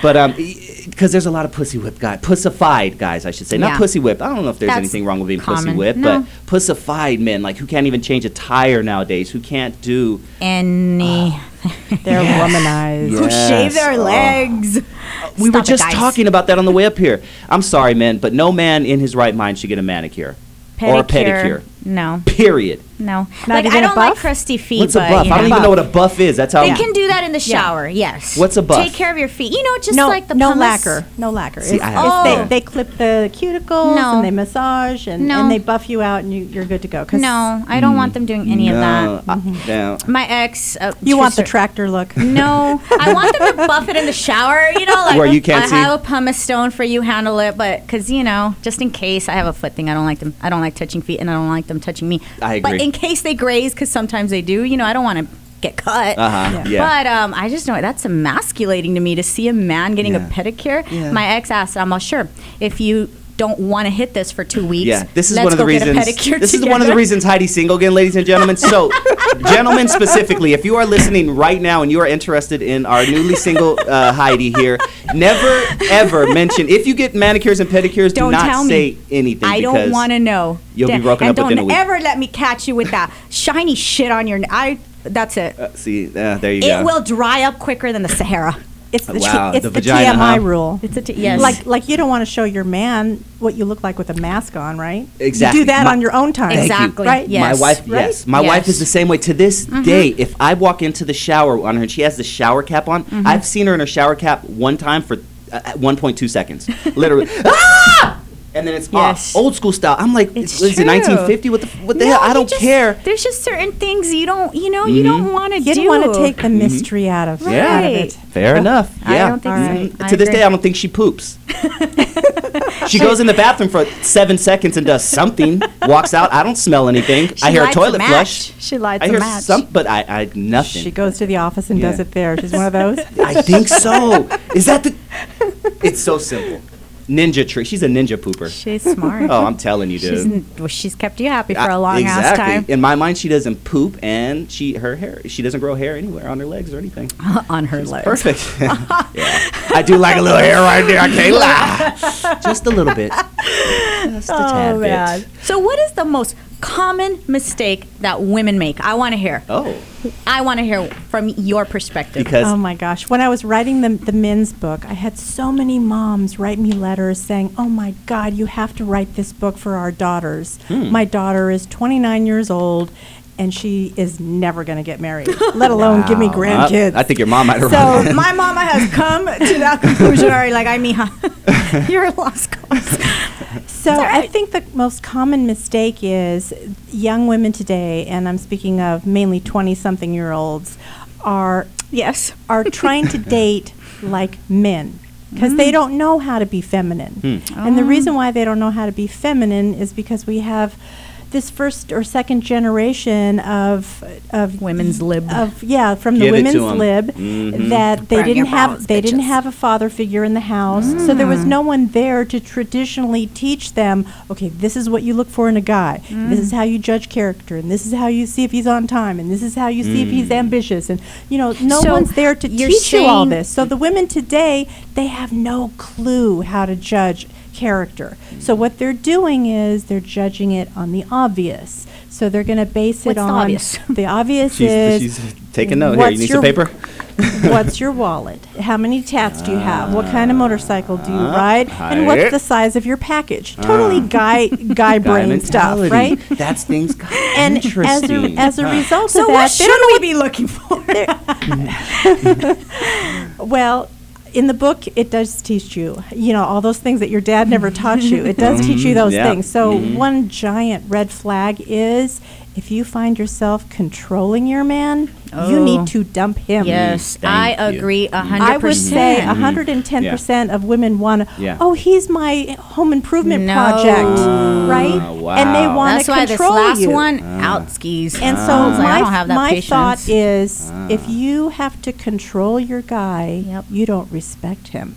Speaker 4: but um, because there's a lot of pussy whip guys, pussified guys, I should say,
Speaker 5: Yeah.
Speaker 4: not pussy whip. I don't know if there's
Speaker 5: That's
Speaker 4: anything wrong with being pussy
Speaker 5: common.
Speaker 4: whip,
Speaker 5: No.
Speaker 4: but pussified men, like who can't even change a tire nowadays, who can't do
Speaker 5: Any. [LAUGHS]
Speaker 15: They're
Speaker 4: Yes.
Speaker 15: womanized.
Speaker 5: Who shave their
Speaker 4: Oh.
Speaker 5: legs.
Speaker 4: We
Speaker 5: Stop
Speaker 4: were
Speaker 5: it,
Speaker 4: just
Speaker 5: guys.
Speaker 4: talking about that on the way up here. I'm sorry, men, but no man in his right mind should get a manicure or a
Speaker 5: Pedicure.
Speaker 4: pedicure.
Speaker 5: No.
Speaker 4: Period.
Speaker 5: No.
Speaker 15: Not
Speaker 5: like
Speaker 15: even
Speaker 5: I
Speaker 15: a
Speaker 5: don't like
Speaker 15: buff?
Speaker 5: crusty feet.
Speaker 4: What's a
Speaker 5: but,
Speaker 4: buff?
Speaker 5: you
Speaker 4: I don't
Speaker 5: know.
Speaker 4: even know what a buff is. That's how
Speaker 5: They can do that in the shower. Yes.
Speaker 4: What's a buff?
Speaker 5: Take care of your feet. You know, just
Speaker 15: no,
Speaker 5: like the
Speaker 15: no
Speaker 5: pumice.
Speaker 15: lacquer, no lacquer.
Speaker 4: See,
Speaker 15: It's-
Speaker 4: I
Speaker 15: it's-
Speaker 5: have-
Speaker 15: they, they clip the cuticles
Speaker 5: No.
Speaker 15: and they massage and,
Speaker 5: No.
Speaker 15: and they buff you out and you, you're good to go. 'cause- Mm.
Speaker 5: No, I don't want them doing any of that.
Speaker 4: No, I- no.
Speaker 5: My ex. Uh,
Speaker 15: You want the
Speaker 5: Tristan-
Speaker 15: tractor look? [LAUGHS]
Speaker 5: No, I want
Speaker 4: [LAUGHS]
Speaker 5: them to buff it in the shower. You know, like
Speaker 4: Where you can't
Speaker 5: I
Speaker 4: see?
Speaker 5: have a pumice stone for you. Handle it, but because you know, just in case, I have a foot thing. I don't like them. I don't like touching feet, and I don't like them touching me.
Speaker 4: I
Speaker 5: But
Speaker 4: agree.
Speaker 5: in case they graze, because sometimes they do. You know, I don't want to get cut.
Speaker 4: Uh-huh, Yeah. yeah.
Speaker 5: But um, I just know that's emasculating to me to see a man getting a pedicure.
Speaker 4: Yeah.
Speaker 5: My ex asked, "I'm all sure if you." Don't want to hit this for two weeks.
Speaker 4: Yeah, this is
Speaker 5: let's
Speaker 4: one of the
Speaker 5: go get a
Speaker 4: reasons.
Speaker 5: pedicure
Speaker 4: This is one of the
Speaker 5: together."
Speaker 4: reasons Heidi's single again, ladies and
Speaker 5: [LAUGHS]
Speaker 4: gentlemen. So, gentlemen specifically, if you are listening right now and you are interested in our newly single uh, Heidi here, never ever mention if you get manicures and pedicures.
Speaker 5: Don't
Speaker 4: do not
Speaker 5: tell me.
Speaker 4: say anything.
Speaker 5: I don't
Speaker 4: because
Speaker 5: want to know.
Speaker 4: you'll be
Speaker 5: Da-
Speaker 4: broken
Speaker 5: and
Speaker 4: up within a week.
Speaker 5: Don't ever let me catch you with that shiny shit on your. N- I. That's it.
Speaker 4: Uh, see, uh, there you
Speaker 5: it
Speaker 4: go.
Speaker 5: will dry up quicker than the Sahara.
Speaker 15: It's
Speaker 4: the Wow, t- it's the the vagina,
Speaker 15: TMI
Speaker 4: huh?
Speaker 15: rule. It's a
Speaker 5: t- yes.
Speaker 15: Like like you don't want to show your man what you look like with a mask on, right?
Speaker 4: Exactly.
Speaker 15: You do that
Speaker 4: My-
Speaker 15: on your own time.
Speaker 4: Thank you.
Speaker 15: Right.
Speaker 4: My wife,
Speaker 15: Right?
Speaker 4: yes. My wife is the same way to this
Speaker 5: Mm-hmm.
Speaker 15: Mhm.
Speaker 4: day. If I walk into the shower on her and she has the shower cap on,
Speaker 5: Mm-hmm.
Speaker 15: Mhm.
Speaker 4: I've seen her in her shower cap one time for uh, uh, 1.2 seconds.
Speaker 5: [LAUGHS]
Speaker 4: Literally. "Ah!" and then it's off. Old school style. I'm like, it's is it
Speaker 5: true.
Speaker 4: 1950? What the, f- what the
Speaker 5: No,
Speaker 4: hell? I
Speaker 5: you
Speaker 4: don't
Speaker 5: just-
Speaker 4: care.
Speaker 5: There's just certain things you don't. You know,
Speaker 4: Mhm.
Speaker 5: you don't want to do.
Speaker 15: You don't want to take the mystery out of
Speaker 5: Right.
Speaker 15: out of it.
Speaker 4: Mm-hmm. Fair enough.
Speaker 5: I
Speaker 4: Yeah.
Speaker 5: don't think so.
Speaker 4: Mhm.
Speaker 5: I
Speaker 4: To this
Speaker 5: agree.
Speaker 4: day, I don't think she
Speaker 15: [LAUGHS]
Speaker 4: poops. she goes in the bathroom for seven seconds and does something, walks out. I don't smell anything. I
Speaker 15: She
Speaker 4: hear a
Speaker 15: lights a
Speaker 4: toilet
Speaker 15: match.
Speaker 4: flush.
Speaker 15: She lights
Speaker 4: I
Speaker 15: a
Speaker 4: hear
Speaker 15: match.
Speaker 4: some, but I, I nothing.
Speaker 15: She goes to the office and does
Speaker 4: Yeah.
Speaker 15: it there.
Speaker 4: [LAUGHS]
Speaker 15: She's one of those.
Speaker 4: I think
Speaker 15: [LAUGHS]
Speaker 4: so. Is that the? It's so simple. Ninja trick. She's a ninja pooper.
Speaker 5: She's smart.
Speaker 4: Oh, I'm telling you, dude.
Speaker 5: She's, n- well, she's kept you happy for
Speaker 4: I-
Speaker 5: a long ass
Speaker 4: exactly.
Speaker 5: time.
Speaker 4: In my mind, she doesn't poop, and she her hair. She doesn't grow hair anywhere on her legs or anything.
Speaker 5: [LAUGHS] on her
Speaker 4: She's
Speaker 5: legs. [LAUGHS]
Speaker 4: Perfect. [LAUGHS] yeah. I do like a little hair right there. I can't
Speaker 5: [LAUGHS]
Speaker 4: lie. Just a little bit. Just a tad bit.
Speaker 5: Oh, So, what is the most common mistake that women make? I want to hear.
Speaker 4: Oh.
Speaker 5: I want to hear from your perspective.
Speaker 15: oh
Speaker 4: [LAUGHS]
Speaker 15: my gosh, when I was writing the the men's book, I had so many moms write me letters saying, "Oh my God, you have to write this book for our daughters.
Speaker 16: Hmm.
Speaker 15: My daughter is 29 years old." And she is never going to get married, let alone give me
Speaker 4: Wow.
Speaker 15: grandkids.
Speaker 4: I, I think your mom might have run
Speaker 15: So
Speaker 4: it. [LAUGHS]
Speaker 15: my mama has come to that
Speaker 5: conclusion
Speaker 15: conclusion
Speaker 5: already. Like, I mean,
Speaker 15: [LAUGHS]
Speaker 5: you're a lost cause.
Speaker 15: So I think the most common mistake is young women today, and I'm speaking of mainly 20-something-year-olds, are
Speaker 5: yes
Speaker 15: are trying to date like men because they
Speaker 16: Mm.
Speaker 15: don't know how to be feminine.
Speaker 4: Hmm.
Speaker 5: Oh,
Speaker 15: And
Speaker 16: Oh.
Speaker 15: the reason why they don't know how to be feminine is because we have this first or second generation of of
Speaker 5: women's lib
Speaker 15: of yeah from the
Speaker 16: Give it to
Speaker 15: women's
Speaker 16: 'em.
Speaker 15: lib
Speaker 16: Mhm.
Speaker 15: that they
Speaker 16: Bring
Speaker 15: didn't
Speaker 16: your
Speaker 15: have
Speaker 16: balls,
Speaker 15: they didn't have a father figure in the house so there was
Speaker 16: Mm.
Speaker 15: no one there to traditionally teach them okay this is what you look for in a guy this
Speaker 16: Mm.
Speaker 15: is how you judge character and this is how you see if he's on time and this is how you see if he's
Speaker 16: Mm.
Speaker 15: ambitious and you know no
Speaker 16: So
Speaker 15: one's there to
Speaker 16: you're
Speaker 15: teach you all
Speaker 16: saying-
Speaker 15: this so the women today, they have no clue how to judge character. So what they're doing is they're judging it on the obvious. So they're going to base
Speaker 5: What's
Speaker 15: it
Speaker 5: the
Speaker 15: on
Speaker 5: obvious?
Speaker 15: [LAUGHS] the obvious
Speaker 4: She's,
Speaker 15: is
Speaker 4: she's taking note here. You
Speaker 15: what's
Speaker 4: need
Speaker 15: your-
Speaker 4: some paper?
Speaker 15: [LAUGHS] what's your wallet? How many tats do you have? What kind of motorcycle do you
Speaker 4: Ah,
Speaker 15: ride? And what's
Speaker 4: right.
Speaker 15: the size of your package? Totally guy
Speaker 4: [LAUGHS]
Speaker 15: guy brain stuff,
Speaker 4: mentality.
Speaker 15: right?
Speaker 4: That's things.
Speaker 15: [LAUGHS] And as a,
Speaker 4: Interesting.
Speaker 15: as a
Speaker 4: Huh.
Speaker 15: result
Speaker 5: So
Speaker 15: of that,
Speaker 5: what should
Speaker 15: we
Speaker 5: be looking
Speaker 15: [LAUGHS]
Speaker 5: for?
Speaker 15: well, in the book, it does teach you, you know, all those things that your dad never taught you. It
Speaker 5: [LAUGHS]
Speaker 15: does teach you
Speaker 16: Mhm,
Speaker 15: those
Speaker 5: Mm-hmm.
Speaker 16: yeah.
Speaker 15: things. So
Speaker 16: Mhm.
Speaker 15: one giant red flag is if you find yourself controlling your man, you
Speaker 5: Oh.
Speaker 15: need to dump him.
Speaker 5: Yes, Mm, I thank you. agree a hundred
Speaker 15: I would say
Speaker 5: percent.
Speaker 15: a
Speaker 5: Mhm.
Speaker 15: 110 percent of women want.
Speaker 5: Yeah.
Speaker 15: Oh, he's my home improvement
Speaker 5: No.
Speaker 15: project, right? And they
Speaker 5: Ah, Wow.
Speaker 15: want
Speaker 5: That's
Speaker 15: to
Speaker 5: why this
Speaker 15: control
Speaker 5: last
Speaker 15: you.
Speaker 5: one,
Speaker 4: Ah.
Speaker 5: out skis.
Speaker 15: And so
Speaker 5: I was Ah. like,
Speaker 15: my,
Speaker 5: I don't have that
Speaker 15: my
Speaker 5: patience.
Speaker 15: thought is if
Speaker 5: Ah.
Speaker 15: you have to control your guy, you don't respect him.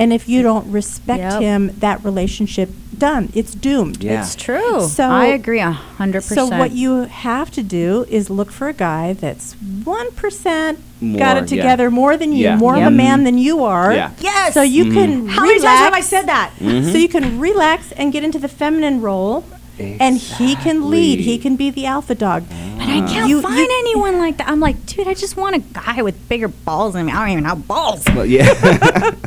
Speaker 15: And if you don't respect
Speaker 5: Yep.
Speaker 15: him, that relationship done. It's doomed.
Speaker 5: Yeah. It's true. I agree a hundred
Speaker 15: So what
Speaker 5: percent.
Speaker 15: you have to do is look for a guy that's one percent
Speaker 5: More,
Speaker 15: got
Speaker 5: yeah.
Speaker 15: it together more than you,
Speaker 5: Yeah.
Speaker 15: more of
Speaker 5: Yep.
Speaker 15: a man than you are.
Speaker 5: Yeah. Yes.
Speaker 15: So you
Speaker 5: Mhm.
Speaker 15: can
Speaker 5: How many times have I
Speaker 15: relax-
Speaker 5: said that?
Speaker 15: So
Speaker 5: Mhm.
Speaker 15: you can relax and get into the feminine role and he can lead. He can be the alpha dog.
Speaker 5: But I can't
Speaker 13: You-
Speaker 5: find anyone like that. I'm like, dude, I just want a guy with bigger balls than me. I don't even have balls.
Speaker 4: Well,
Speaker 15: [LAUGHS]
Speaker 4: yeah.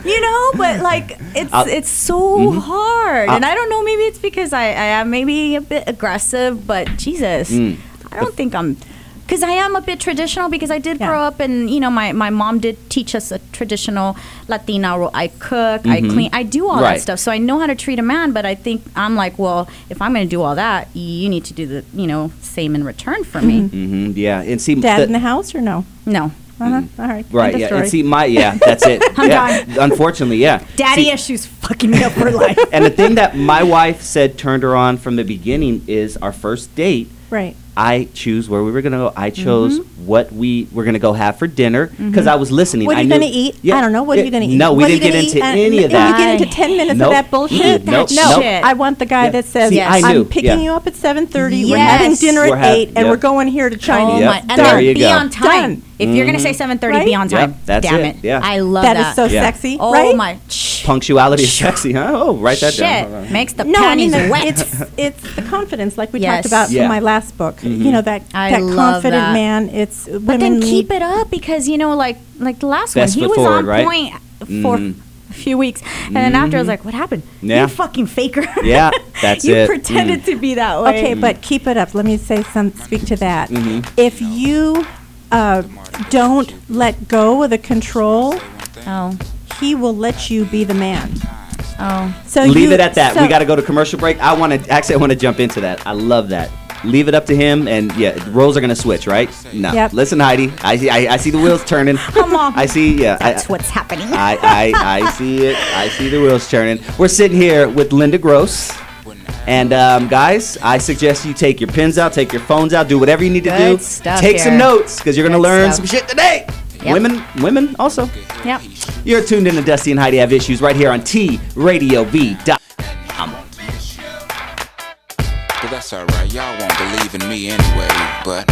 Speaker 5: you know but like it's
Speaker 4: I'll-
Speaker 5: it's so
Speaker 4: Mhm.
Speaker 5: hard and
Speaker 4: I'll-
Speaker 5: i don't know maybe it's because i i am maybe a bit aggressive but jesus
Speaker 4: Mm.
Speaker 5: i don't think i'm because i am a bit traditional because i did grow up and you know my my mom did teach us a traditional latina role i cook i
Speaker 4: Mm-hmm.
Speaker 13: Mhm.
Speaker 5: clean i do all
Speaker 13: Right.
Speaker 5: that stuff so i know how to treat a man but i think i'm like well if i'm going to do all that you need to do the you know same in return for me
Speaker 4: hmm yeah, and see,
Speaker 15: Dad
Speaker 4: the- Mm.
Speaker 15: in the house or no?
Speaker 5: No.
Speaker 15: Uh-huh. All right.
Speaker 4: right?
Speaker 15: End of
Speaker 4: Yeah,
Speaker 15: story.
Speaker 4: and see, my yeah, that's it.
Speaker 5: [LAUGHS] I'm
Speaker 4: yeah. Unfortunately,
Speaker 5: [LAUGHS]
Speaker 4: yeah.
Speaker 5: daddy issues fucking me up for
Speaker 15: [LAUGHS]
Speaker 5: life
Speaker 4: And the thing that my wife said turned her on from the beginning is our first date.
Speaker 15: Right.
Speaker 4: I choose where we were gonna go. I chose what we were gonna go have for dinner because
Speaker 15: Mhm.
Speaker 4: I was listening.
Speaker 15: Mm-hmm. What are
Speaker 4: I
Speaker 15: you
Speaker 4: knew-
Speaker 15: gonna eat?
Speaker 4: Yeah.
Speaker 15: I don't know. What are you gonna eat?
Speaker 4: No, we
Speaker 15: What are you
Speaker 4: didn't get
Speaker 15: gonna
Speaker 4: into
Speaker 15: eat?
Speaker 4: any
Speaker 15: Uh,
Speaker 4: of that.
Speaker 15: We get into ten minutes
Speaker 4: Nope.
Speaker 15: of that bullshit.
Speaker 4: Mm-mm. Nope.
Speaker 15: No,
Speaker 4: Nope.
Speaker 15: I want the guy that says,
Speaker 4: See, I knew.
Speaker 15: "I'm picking
Speaker 4: Yeah.
Speaker 15: you up at 7:30. We're
Speaker 5: Yes.
Speaker 15: having dinner
Speaker 4: We're
Speaker 15: at
Speaker 4: hav-
Speaker 15: eight, and
Speaker 4: yep.
Speaker 15: we're going here to China."
Speaker 5: Oh
Speaker 4: Yep.
Speaker 5: my! And
Speaker 4: There
Speaker 5: then
Speaker 4: you
Speaker 5: be
Speaker 4: go.
Speaker 5: on time.
Speaker 15: Done.
Speaker 5: If you're gonna say
Speaker 4: Mhm.
Speaker 5: 7:30, be
Speaker 4: Right?
Speaker 5: on time.
Speaker 4: Yep, that's
Speaker 5: Damn
Speaker 4: it,
Speaker 5: it!
Speaker 4: yeah.
Speaker 5: I love that.
Speaker 15: That is so Yeah. sexy,
Speaker 5: Oh
Speaker 15: right?
Speaker 5: my!
Speaker 4: Punctuality is sexy, huh? Oh, write that down.
Speaker 5: Shit.
Speaker 4: Hold on.
Speaker 5: Makes the
Speaker 15: no, I mean
Speaker 5: panties
Speaker 15: the-
Speaker 5: wet.
Speaker 15: It's it's the confidence, like we
Speaker 5: Yes.
Speaker 15: talked about
Speaker 4: Yeah.
Speaker 15: from my last book.
Speaker 5: Mm.
Speaker 4: Mhm.
Speaker 15: You know that
Speaker 5: I
Speaker 15: that
Speaker 5: love
Speaker 15: confident
Speaker 5: that.
Speaker 15: man. It's
Speaker 5: But
Speaker 15: women
Speaker 5: then
Speaker 15: need
Speaker 5: keep it up because you know, like like the last
Speaker 4: Best
Speaker 5: one, he
Speaker 4: foot
Speaker 5: was
Speaker 4: forward,
Speaker 5: on
Speaker 4: right?
Speaker 5: point for
Speaker 4: Mhm.
Speaker 5: a few weeks, and then after I was like, "What happened?
Speaker 4: Yeah.
Speaker 5: You fucking faker!
Speaker 4: Yeah, that's
Speaker 5: you
Speaker 4: it.
Speaker 5: pretended
Speaker 4: Mm.
Speaker 5: to be that way."
Speaker 15: Okay, but keep it up. Let me say some. Speak to that.
Speaker 4: Mhm.
Speaker 15: If you uh, don't let go of the control,
Speaker 5: oh.
Speaker 15: he will let you be the man.
Speaker 5: Oh,
Speaker 15: so
Speaker 4: Leave
Speaker 15: you-
Speaker 4: it at that.
Speaker 15: so-
Speaker 4: we got to go to commercial break. I want to actually, I want to jump into that. I love that. Leave it up to him, and yeah, the roles are gonna switch, right? No.
Speaker 5: Yep.
Speaker 4: Listen, Heidi, I see, I, I see the wheels turning.
Speaker 5: Come on.
Speaker 4: I see, yeah. I-
Speaker 5: That's what's happening.
Speaker 4: I, I, I see it. I see the wheels turning. We're sitting here with Linda Gross. And um, guys, I suggest you take your pens out, take your phones out, do whatever you need to
Speaker 5: Good
Speaker 4: do.
Speaker 5: stuff
Speaker 4: take some
Speaker 5: here.
Speaker 4: notes because you're gonna
Speaker 5: Good
Speaker 4: learn
Speaker 5: stuff.
Speaker 4: some shit today.
Speaker 5: Yep.
Speaker 4: Women, women also.
Speaker 5: Yep.
Speaker 4: You're tuned in to Dusty and Heidi Have Issues right here on TRadioV.com.
Speaker 16: But that's alright, y'all won't believe in me anyway, but.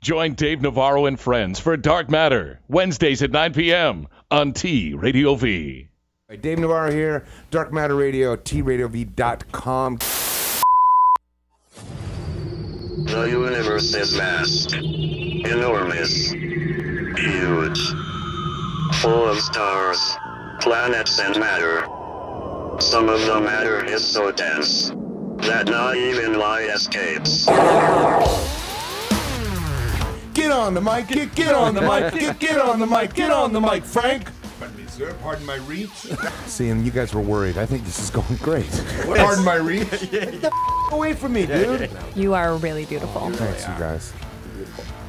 Speaker 17: Join Dave Navarro and friends for Dark Matter, Wednesdays at 9 p.m. on T Radio V.
Speaker 18: Hey, Dave Navarro here, Dark Matter Radio, tradiov.com.
Speaker 19: The universe is vast, enormous, huge, full of stars, planets, and matter. Some of the matter is so dense that not even light escapes.
Speaker 18: Get on the mic, get, get on the mic, get, get on the mic, get on the mic, Frank.
Speaker 7: Pardon me, sir. Pardon my
Speaker 18: [LAUGHS]
Speaker 7: reach.
Speaker 18: See, and you guys were worried. I think this is going great.
Speaker 7: Pardon my reach. Get the
Speaker 18: away from me, dude.
Speaker 20: You are really beautiful.
Speaker 18: Thanks, you guys.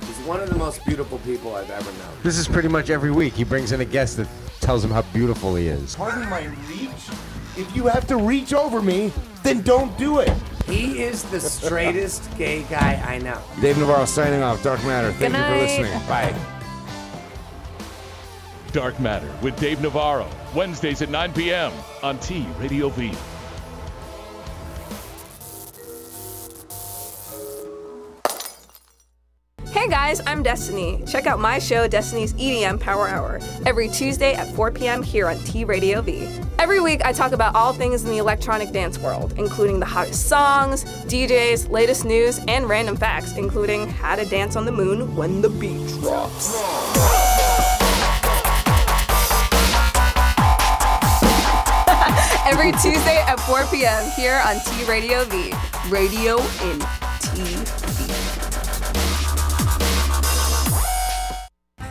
Speaker 20: He's one of the most beautiful people I've ever known.
Speaker 18: This is pretty much every week. He brings in a guest that tells him how beautiful he is.
Speaker 7: Pardon my reach. If you have to reach over me, then don't do it.
Speaker 20: He is the straightest gay guy I know.
Speaker 18: Dave Navarro signing off. Dark Matter. Thank
Speaker 20: Good
Speaker 18: you for
Speaker 20: night.
Speaker 18: listening. Bye.
Speaker 17: Dark Matter with Dave Navarro, Wednesdays at 9 p.m. on T Radio V.
Speaker 21: Hey guys, I'm Destiny. Check out my show, Destiny's EDM Power Hour, every Tuesday at 4 p.m. here on T Radio V. Every week, I talk about all things in the electronic dance world, including the hottest songs, DJs, latest news, and random facts, including how to dance on the moon when the beat drops. [LAUGHS] every Tuesday at 4 p.m. here on T Radio V. Radio in TV.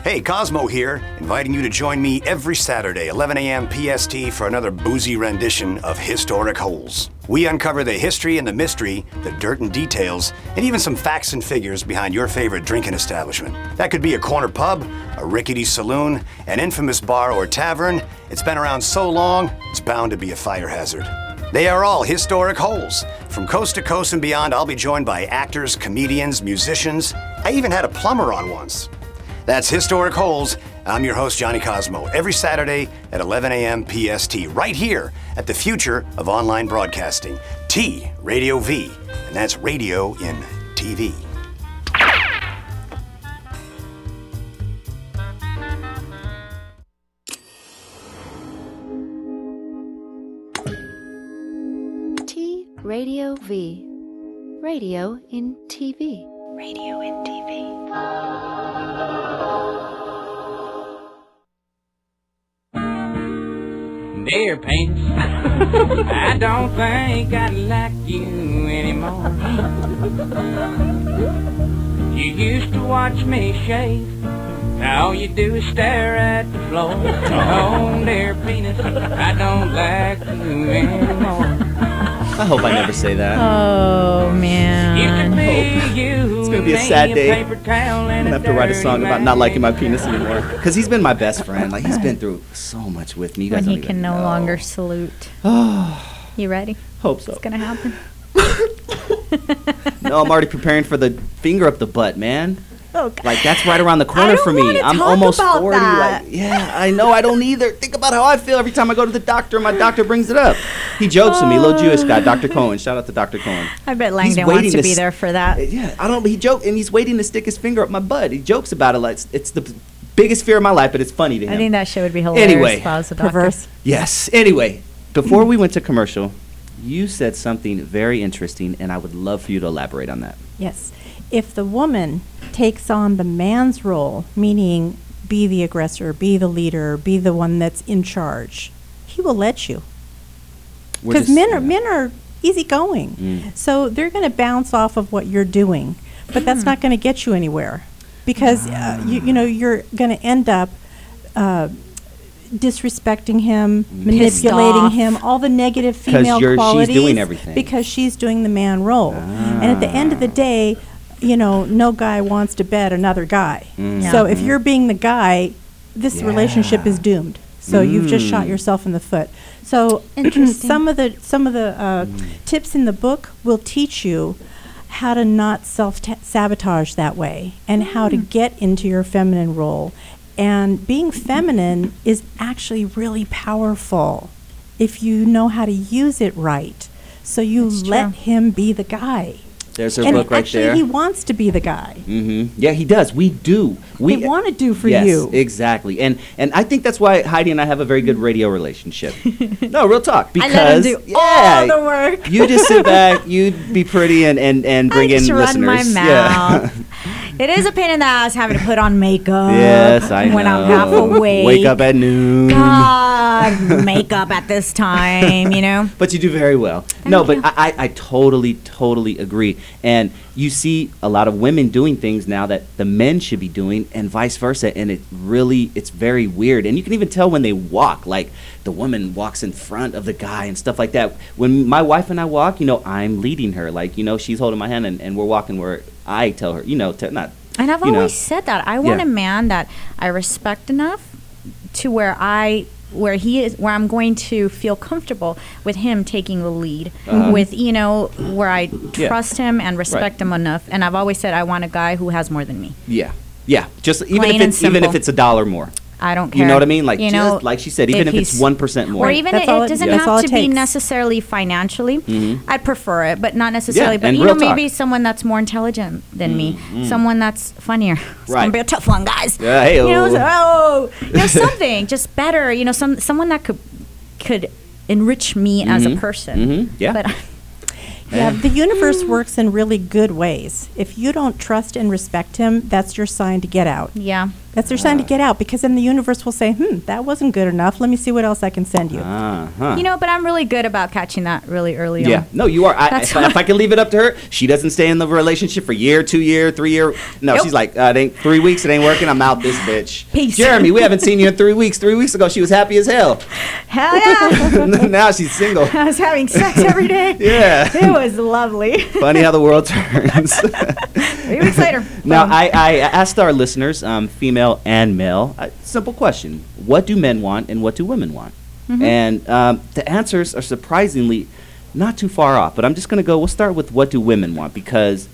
Speaker 22: Hey, Cosmo here, inviting you to join me every Saturday, 11 a.m. PST, for another boozy rendition of Historic Holes. We uncover the history and the mystery, the dirt and details, and even some facts and figures behind your favorite drinking establishment. That could be a corner pub, a rickety saloon, an infamous bar or tavern. It's been around so long, it's bound to be a fire hazard. They are all historic holes. From coast to coast and beyond, I'll be joined by actors, comedians, musicians. I even had a plumber on once. That's Historic Holes. I'm your host, Johnny Cosmo, every Saturday at 11 a.m. PST, right here at the future of online broadcasting, T Radio V. And that's radio in TV.
Speaker 1: Radio V. Radio in TV.
Speaker 2: Radio in TV.
Speaker 3: Dear Pants, I don't think I like you anymore. You used to watch me shave. Now all you do is stare at the floor. Oh, dear penis, I don't like you anymore.
Speaker 4: I hope I never say that.
Speaker 5: Oh man.
Speaker 4: [LAUGHS] It's gonna be a sad day. I'm gonna have to write a song about not liking my penis anymore. Cause he's been my best friend. Like he's been through so much with me. You guys
Speaker 5: When
Speaker 4: don't
Speaker 5: he
Speaker 4: even
Speaker 5: can no
Speaker 4: [SIGHS]
Speaker 5: longer salute. you ready?
Speaker 4: Hope so.
Speaker 5: It's gonna happen.
Speaker 4: No, I'm already preparing for the finger up the butt, man.
Speaker 5: Oh,
Speaker 4: Like that's right around the corner for me. I'm
Speaker 5: talk
Speaker 4: almost
Speaker 5: about
Speaker 4: 40.
Speaker 5: that.
Speaker 4: Like, yeah, I know. I don't either. Think about how I feel every time I go to the doctor. and My doctor brings it up. He jokes with me, little Jewish guy, Dr. Cohen. Shout out to Dr. Cohen.
Speaker 5: [SIGHS] I bet
Speaker 4: He's
Speaker 5: Langdon wants
Speaker 4: waiting
Speaker 5: to
Speaker 4: to
Speaker 5: be
Speaker 4: s- Uh,
Speaker 5: there for that.
Speaker 4: Yeah, I don't. He joked, and he's waiting to stick his finger up my butt. He jokes about it like it's, it's the biggest fear of my life, but it's funny to
Speaker 5: I
Speaker 4: him.
Speaker 5: think that shit would be hilarious
Speaker 4: Anyway.
Speaker 5: if I was a doctor.
Speaker 4: Yes. Anyway, before we went to commercial, you said something very interesting, and I would love for you to elaborate on that.
Speaker 15: Yes. If the woman takes on the man's role, meaning be the aggressor, be the leader, be the one that's in charge, he will let you.
Speaker 6: We're
Speaker 15: Because
Speaker 6: just-
Speaker 15: men are men are easygoing,
Speaker 6: Mm.
Speaker 15: so they're going to bounce off of what you're doing, but that's not going to get you anywhere, because uh, you, you know you're going to end up. Uh, disrespecting him,
Speaker 4: Mm.
Speaker 5: Pissed
Speaker 15: manipulating
Speaker 5: off.
Speaker 15: him, all the negative
Speaker 4: 'Cause
Speaker 15: female
Speaker 4: you're- she's doing
Speaker 15: qualities
Speaker 4: everything.
Speaker 15: because she's doing the man role. And at the end of the
Speaker 4: Ah.
Speaker 15: day, you know, no guy wants to bet another guy.
Speaker 4: Mm.
Speaker 15: So
Speaker 4: Yeah.
Speaker 15: if you're being the guy, this relationship is doomed. So you've just shot
Speaker 6: Mm.
Speaker 15: yourself in the foot. So [CLEARS THROAT]
Speaker 6: Interesting.
Speaker 15: some of the some of the uh,
Speaker 4: Mm.
Speaker 15: tips in the book will teach you how to not self ta- sabotage that way and how to get into your feminine role. And being feminine is actually really powerful if you know how to use it right. So you let him be the guy.
Speaker 4: There's her
Speaker 15: and
Speaker 4: book right
Speaker 15: actually,
Speaker 4: there.
Speaker 15: he wants to be the guy.
Speaker 4: Mm-hmm. Yeah, he does. We do. We
Speaker 15: They wanna do for
Speaker 4: Yes,
Speaker 15: you.
Speaker 4: exactly. And and I think that's why Heidi and I have a very good radio
Speaker 5: [LAUGHS]
Speaker 4: relationship. no, real talk.
Speaker 5: I
Speaker 4: Because
Speaker 5: let him do
Speaker 4: yeah,
Speaker 5: all the work.
Speaker 4: you just sit
Speaker 5: [LAUGHS]
Speaker 4: back, you be pretty, and and and bring
Speaker 5: just
Speaker 4: in
Speaker 5: run my
Speaker 4: listeners.
Speaker 5: mouth. It is a pain in the ass having to put on makeup.
Speaker 4: Yeah. [LAUGHS] yes, I know.
Speaker 5: When I'm half awake.
Speaker 4: Wake up at noon.
Speaker 5: God, makeup at this time, you know?
Speaker 4: But you do very well. no, but I, I, I totally, totally agree. And you see a lot of women doing things now that the men should be doing, and vice versa. And it really, it's very weird. And you can even tell when they walk, like the woman walks in front of the guy and stuff like that. When my wife and I walk, you know, I'm leading her. Like, you know, she's holding my hand, and, and we're walking where I tell her, you know, te- not.
Speaker 5: And I've
Speaker 4: you know.
Speaker 5: always said that I want
Speaker 4: Yeah.
Speaker 5: a man that I respect enough to where I where he is where I'm going to feel comfortable with him taking the lead
Speaker 3: Uh-huh.
Speaker 5: with you know where I
Speaker 4: Yeah.
Speaker 5: trust him and respect him enough and I've always said I want a guy who has more than me.
Speaker 4: Yeah. Yeah. Just even
Speaker 5: Plain
Speaker 4: if
Speaker 5: and
Speaker 4: it's even
Speaker 5: simple.
Speaker 4: if it's a dollar more.
Speaker 5: I don't care.
Speaker 4: You know what I mean? Like
Speaker 5: You know,
Speaker 4: just like she said,
Speaker 5: if
Speaker 4: even if, it's
Speaker 5: he's-
Speaker 4: one percent more.
Speaker 5: Or even
Speaker 15: That's
Speaker 5: it,
Speaker 15: all
Speaker 5: it
Speaker 15: it-
Speaker 5: doesn't
Speaker 4: that's all
Speaker 5: have
Speaker 4: it
Speaker 5: to be
Speaker 4: takes.
Speaker 5: necessarily financially.
Speaker 4: Mhm.
Speaker 5: I prefer it, but not necessarily. but
Speaker 4: and
Speaker 5: you know,
Speaker 4: real talk.
Speaker 5: maybe someone that's more intelligent than me,
Speaker 4: Mhm.
Speaker 5: someone that's funnier. [LAUGHS] it's
Speaker 4: Right.
Speaker 5: gonna be a tough one, guys.
Speaker 4: Yeah, hey-o.
Speaker 5: you know, so- oh,
Speaker 4: [LAUGHS]
Speaker 5: you know, something just better. You know, some someone that could could enrich me as a
Speaker 4: mm-hmm.
Speaker 15: Mhm.
Speaker 5: person.
Speaker 15: Mhm.
Speaker 4: [LAUGHS]
Speaker 15: Yeah.
Speaker 5: But
Speaker 15: Yeah,
Speaker 5: Yeah.
Speaker 15: the universe works in really good ways. If you don't trust and respect him, that's your sign to get out.
Speaker 5: Yeah.
Speaker 15: That's your
Speaker 4: Uh.
Speaker 15: sign to get out because then the universe will say, hmm, that wasn't good enough. Let me see what else I can send you.
Speaker 4: Uh-huh.
Speaker 5: you know, but I'm really good about catching that really early
Speaker 4: Yeah.
Speaker 5: on.
Speaker 4: No, you are. I,
Speaker 5: That's
Speaker 4: if, I, if I can leave it up to her, she doesn't stay in the relationship for year, two year, three year. No,
Speaker 5: Nope.
Speaker 4: she's like, uh, it ain't three weeks. It ain't working. I'm out this bitch.
Speaker 5: Peace.
Speaker 4: Jeremy, we haven't
Speaker 5: [LAUGHS]
Speaker 4: seen you in three weeks. Three weeks ago, she was happy as hell. [LAUGHS]
Speaker 5: Hell yeah! [LAUGHS]
Speaker 4: now she's single.
Speaker 5: I was having sex every day.
Speaker 4: [LAUGHS] Yeah.
Speaker 5: It
Speaker 4: [LAUGHS]
Speaker 5: was lovely.
Speaker 4: Funny how the world turns. [LAUGHS]
Speaker 5: Three weeks later.
Speaker 4: now,
Speaker 15: Um,
Speaker 4: I, I asked our listeners, um, female and male, a simple question: What do men want, and what do women want?
Speaker 15: Mm-hmm.
Speaker 5: Mhm.
Speaker 4: And um, the answers are surprisingly not too far off. But I'm just going to go. We'll start with what do women want because,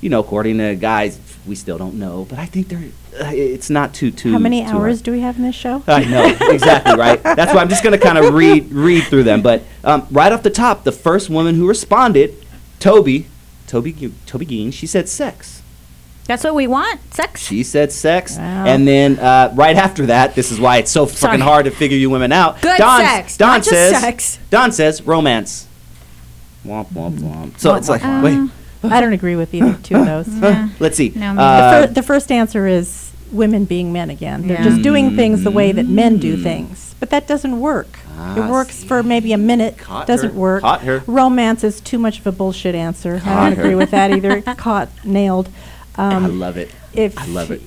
Speaker 4: you know, according to guys, we still don't know. But I think they're. Uh, it's not too too.
Speaker 15: How many
Speaker 4: too hard.
Speaker 15: hours do we have in this show?
Speaker 4: I know exactly right. That's why I'm just going to kind of read read through them. But um, right off the top, the first woman who responded, Toby, Toby, Ge- Toby Gein, she said sex.
Speaker 5: That's what we want. Sex.
Speaker 4: She said sex,
Speaker 5: Wow.
Speaker 4: and then uh, right after that, this is why it's so fucking
Speaker 5: Sorry.
Speaker 4: hard to figure you women out.
Speaker 5: Good
Speaker 4: Don,
Speaker 5: sex,
Speaker 4: Don
Speaker 5: not just
Speaker 4: says.
Speaker 5: sex.
Speaker 4: Don says romance. Womp womp womp. So it's like,
Speaker 15: Uh,
Speaker 4: wait.
Speaker 15: [LAUGHS] I don't agree with either two of
Speaker 5: [LAUGHS]
Speaker 15: those.
Speaker 4: Let's see.
Speaker 15: No,
Speaker 4: Uh,
Speaker 15: the, fir- the first answer is women being men again. They're
Speaker 4: Yeah.
Speaker 15: just doing things the way that men do
Speaker 4: Mm.
Speaker 15: things, but that doesn't work.
Speaker 4: Ah,
Speaker 15: it works for maybe a minute.
Speaker 4: Caught
Speaker 15: doesn't
Speaker 4: her.
Speaker 15: work.
Speaker 4: Caught her.
Speaker 15: Romance is too much of a bullshit answer. I
Speaker 4: Caught
Speaker 15: don't
Speaker 4: her.
Speaker 15: agree with that
Speaker 4: [LAUGHS]
Speaker 15: either. Caught, nailed. Um,
Speaker 4: I love it.
Speaker 15: If
Speaker 4: I love it.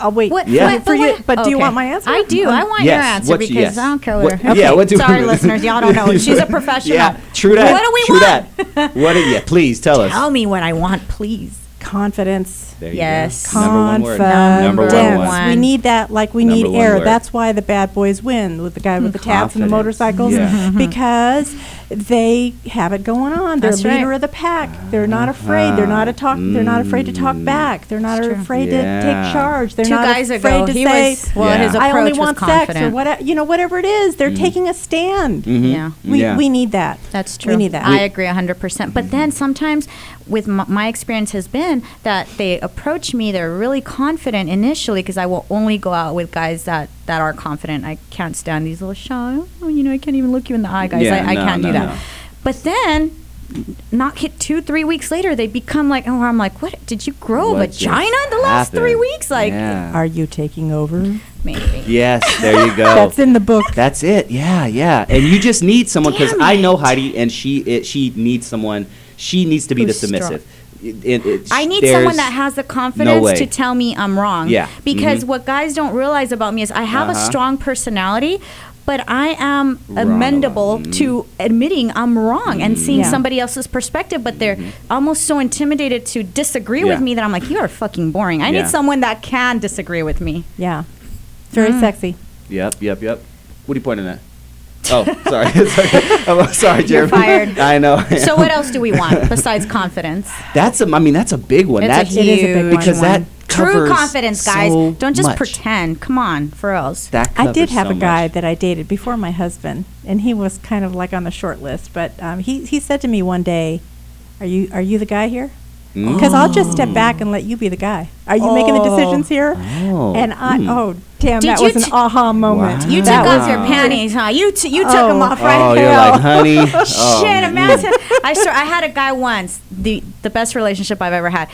Speaker 15: I'll wait
Speaker 5: What-
Speaker 4: Yeah.
Speaker 5: what-
Speaker 15: for you.
Speaker 5: what-
Speaker 15: But do you
Speaker 5: okay.
Speaker 15: want my answer?
Speaker 5: I do. I want your
Speaker 4: Yes.
Speaker 5: answer
Speaker 4: What's-
Speaker 5: because
Speaker 4: yes.
Speaker 5: I don't care.
Speaker 4: What-
Speaker 5: okay.
Speaker 4: yeah, what do
Speaker 5: Sorry,
Speaker 4: women-
Speaker 5: listeners. Y'all don't
Speaker 4: [LAUGHS]
Speaker 5: know. She's a professional.
Speaker 4: Yeah, true that.
Speaker 5: What do we
Speaker 4: true
Speaker 5: want?
Speaker 4: That. What do you? Please tell us.
Speaker 5: Tell me what I want, please.
Speaker 15: Confidence.
Speaker 4: There you go.
Speaker 15: Yes.
Speaker 4: Number one word. Number one
Speaker 15: Confidence.
Speaker 4: word.
Speaker 15: We need that like we
Speaker 4: Number
Speaker 15: need
Speaker 4: one
Speaker 15: air.
Speaker 4: word.
Speaker 15: That's why the bad boys win with the guy with the
Speaker 5: Mm-hmm.
Speaker 15: tats and the
Speaker 4: Confidence.
Speaker 15: motorcycles
Speaker 4: Yeah. Mhm.
Speaker 15: because they have it going on. They're
Speaker 5: That's
Speaker 15: leader
Speaker 5: right.
Speaker 15: of the pack. They're not
Speaker 4: Uh-huh.
Speaker 15: afraid. They're not a talk. They're not afraid to talk back. They're not afraid to
Speaker 4: Mm. Yeah.
Speaker 15: take charge. They're
Speaker 5: Two
Speaker 15: not
Speaker 5: guys
Speaker 15: afraid
Speaker 5: ago,
Speaker 15: to
Speaker 5: he
Speaker 15: say,
Speaker 5: was- well,
Speaker 4: his
Speaker 15: "I only
Speaker 5: approach was
Speaker 15: want sex" or
Speaker 5: confident.
Speaker 15: whatever. You know, whatever it is, they're
Speaker 4: Mm.
Speaker 15: taking a stand.
Speaker 4: Mhm. Yeah.
Speaker 15: We
Speaker 4: Yeah.
Speaker 15: we need that.
Speaker 5: That's
Speaker 15: We
Speaker 5: true.
Speaker 15: need that.
Speaker 5: I agree 100%. But then sometimes, with m- my experience, has been that they approach me, they're really confident initially because I will only go out with guys that, that are confident. I can't stand these little shy, oh, you know, I can't even look you in the eye guys.
Speaker 6: Yeah,
Speaker 5: I, I
Speaker 6: no,
Speaker 5: can't
Speaker 6: no,
Speaker 5: do that.
Speaker 6: no.
Speaker 5: But then, not hit two, three weeks later, they become like, oh, I'm like, what? Did you grow
Speaker 15: What
Speaker 5: a
Speaker 15: just
Speaker 5: oh, vagina in the last three
Speaker 15: happened?
Speaker 5: weeks? Like,
Speaker 15: Are you taking over?
Speaker 5: Maybe.
Speaker 4: Yes, there you go.
Speaker 15: That's in the book.
Speaker 4: That's it. Yeah, yeah. And you just need someone because I know Heidi, and she it, she needs someone. She needs to be
Speaker 5: Who's
Speaker 4: the
Speaker 5: strong.
Speaker 4: submissive. It- it- it-
Speaker 5: I need
Speaker 4: there's-
Speaker 5: someone that has the confidence
Speaker 4: way.
Speaker 5: to tell me I'm wrong.
Speaker 4: Yeah.
Speaker 5: Because
Speaker 4: Mhm.
Speaker 5: what guys don't realize about me is I have
Speaker 4: Uh-huh.
Speaker 5: a strong personality, but I am
Speaker 4: Wrong Mm-hmm. a lot.
Speaker 5: amendable to admitting I'm wrong and seeing
Speaker 4: Yeah.
Speaker 5: somebody else's perspective, but they're
Speaker 4: Mm-hmm.
Speaker 5: almost so intimidated to disagree with
Speaker 15: Yeah.
Speaker 5: me that I'm like, you are fucking boring. I
Speaker 4: Yeah.
Speaker 5: need someone that can disagree with me. Mm.
Speaker 15: Yeah. Very sexy.
Speaker 4: Yep, yep, yep. What are you pointing at? Oh, sorry. [LAUGHS] sorry. I'm sorry, Jeremy.
Speaker 5: [LAUGHS] You're
Speaker 4: [LAUGHS]
Speaker 5: fired.
Speaker 4: I know. I
Speaker 5: So
Speaker 4: am.
Speaker 5: what else do we want besides confidence?
Speaker 4: [LAUGHS] That's a. I mean, that's a big one.
Speaker 5: That's
Speaker 4: that's because that covers
Speaker 5: true confidence, guys.
Speaker 4: so
Speaker 5: Don't just
Speaker 4: much.
Speaker 5: pretend. Come on, for reals.
Speaker 4: That
Speaker 15: I did
Speaker 4: covers
Speaker 15: have
Speaker 4: so
Speaker 15: a guy that I dated before my husband, and he was kind of like on the short list. But um, he he said to me one day, "Are you are you the guy here? Because I'll just
Speaker 4: Mm.
Speaker 15: step back and let you be the guy. Are you making the
Speaker 5: Oh.
Speaker 15: decisions here?"
Speaker 4: Oh.
Speaker 15: And I
Speaker 4: Hmm.
Speaker 15: oh damn,
Speaker 5: Did
Speaker 15: that
Speaker 5: you
Speaker 15: was an
Speaker 5: t-
Speaker 15: aha moment.
Speaker 5: You took
Speaker 15: That was-
Speaker 5: off your panties, huh? You t- you took them
Speaker 15: Oh.
Speaker 5: off right
Speaker 4: Oh,
Speaker 5: there.
Speaker 4: you're like,
Speaker 5: [LAUGHS]
Speaker 4: honey. oh,
Speaker 5: Shit,
Speaker 4: mm.
Speaker 5: imagine. I swear, I had a guy once, the the best relationship I've ever had.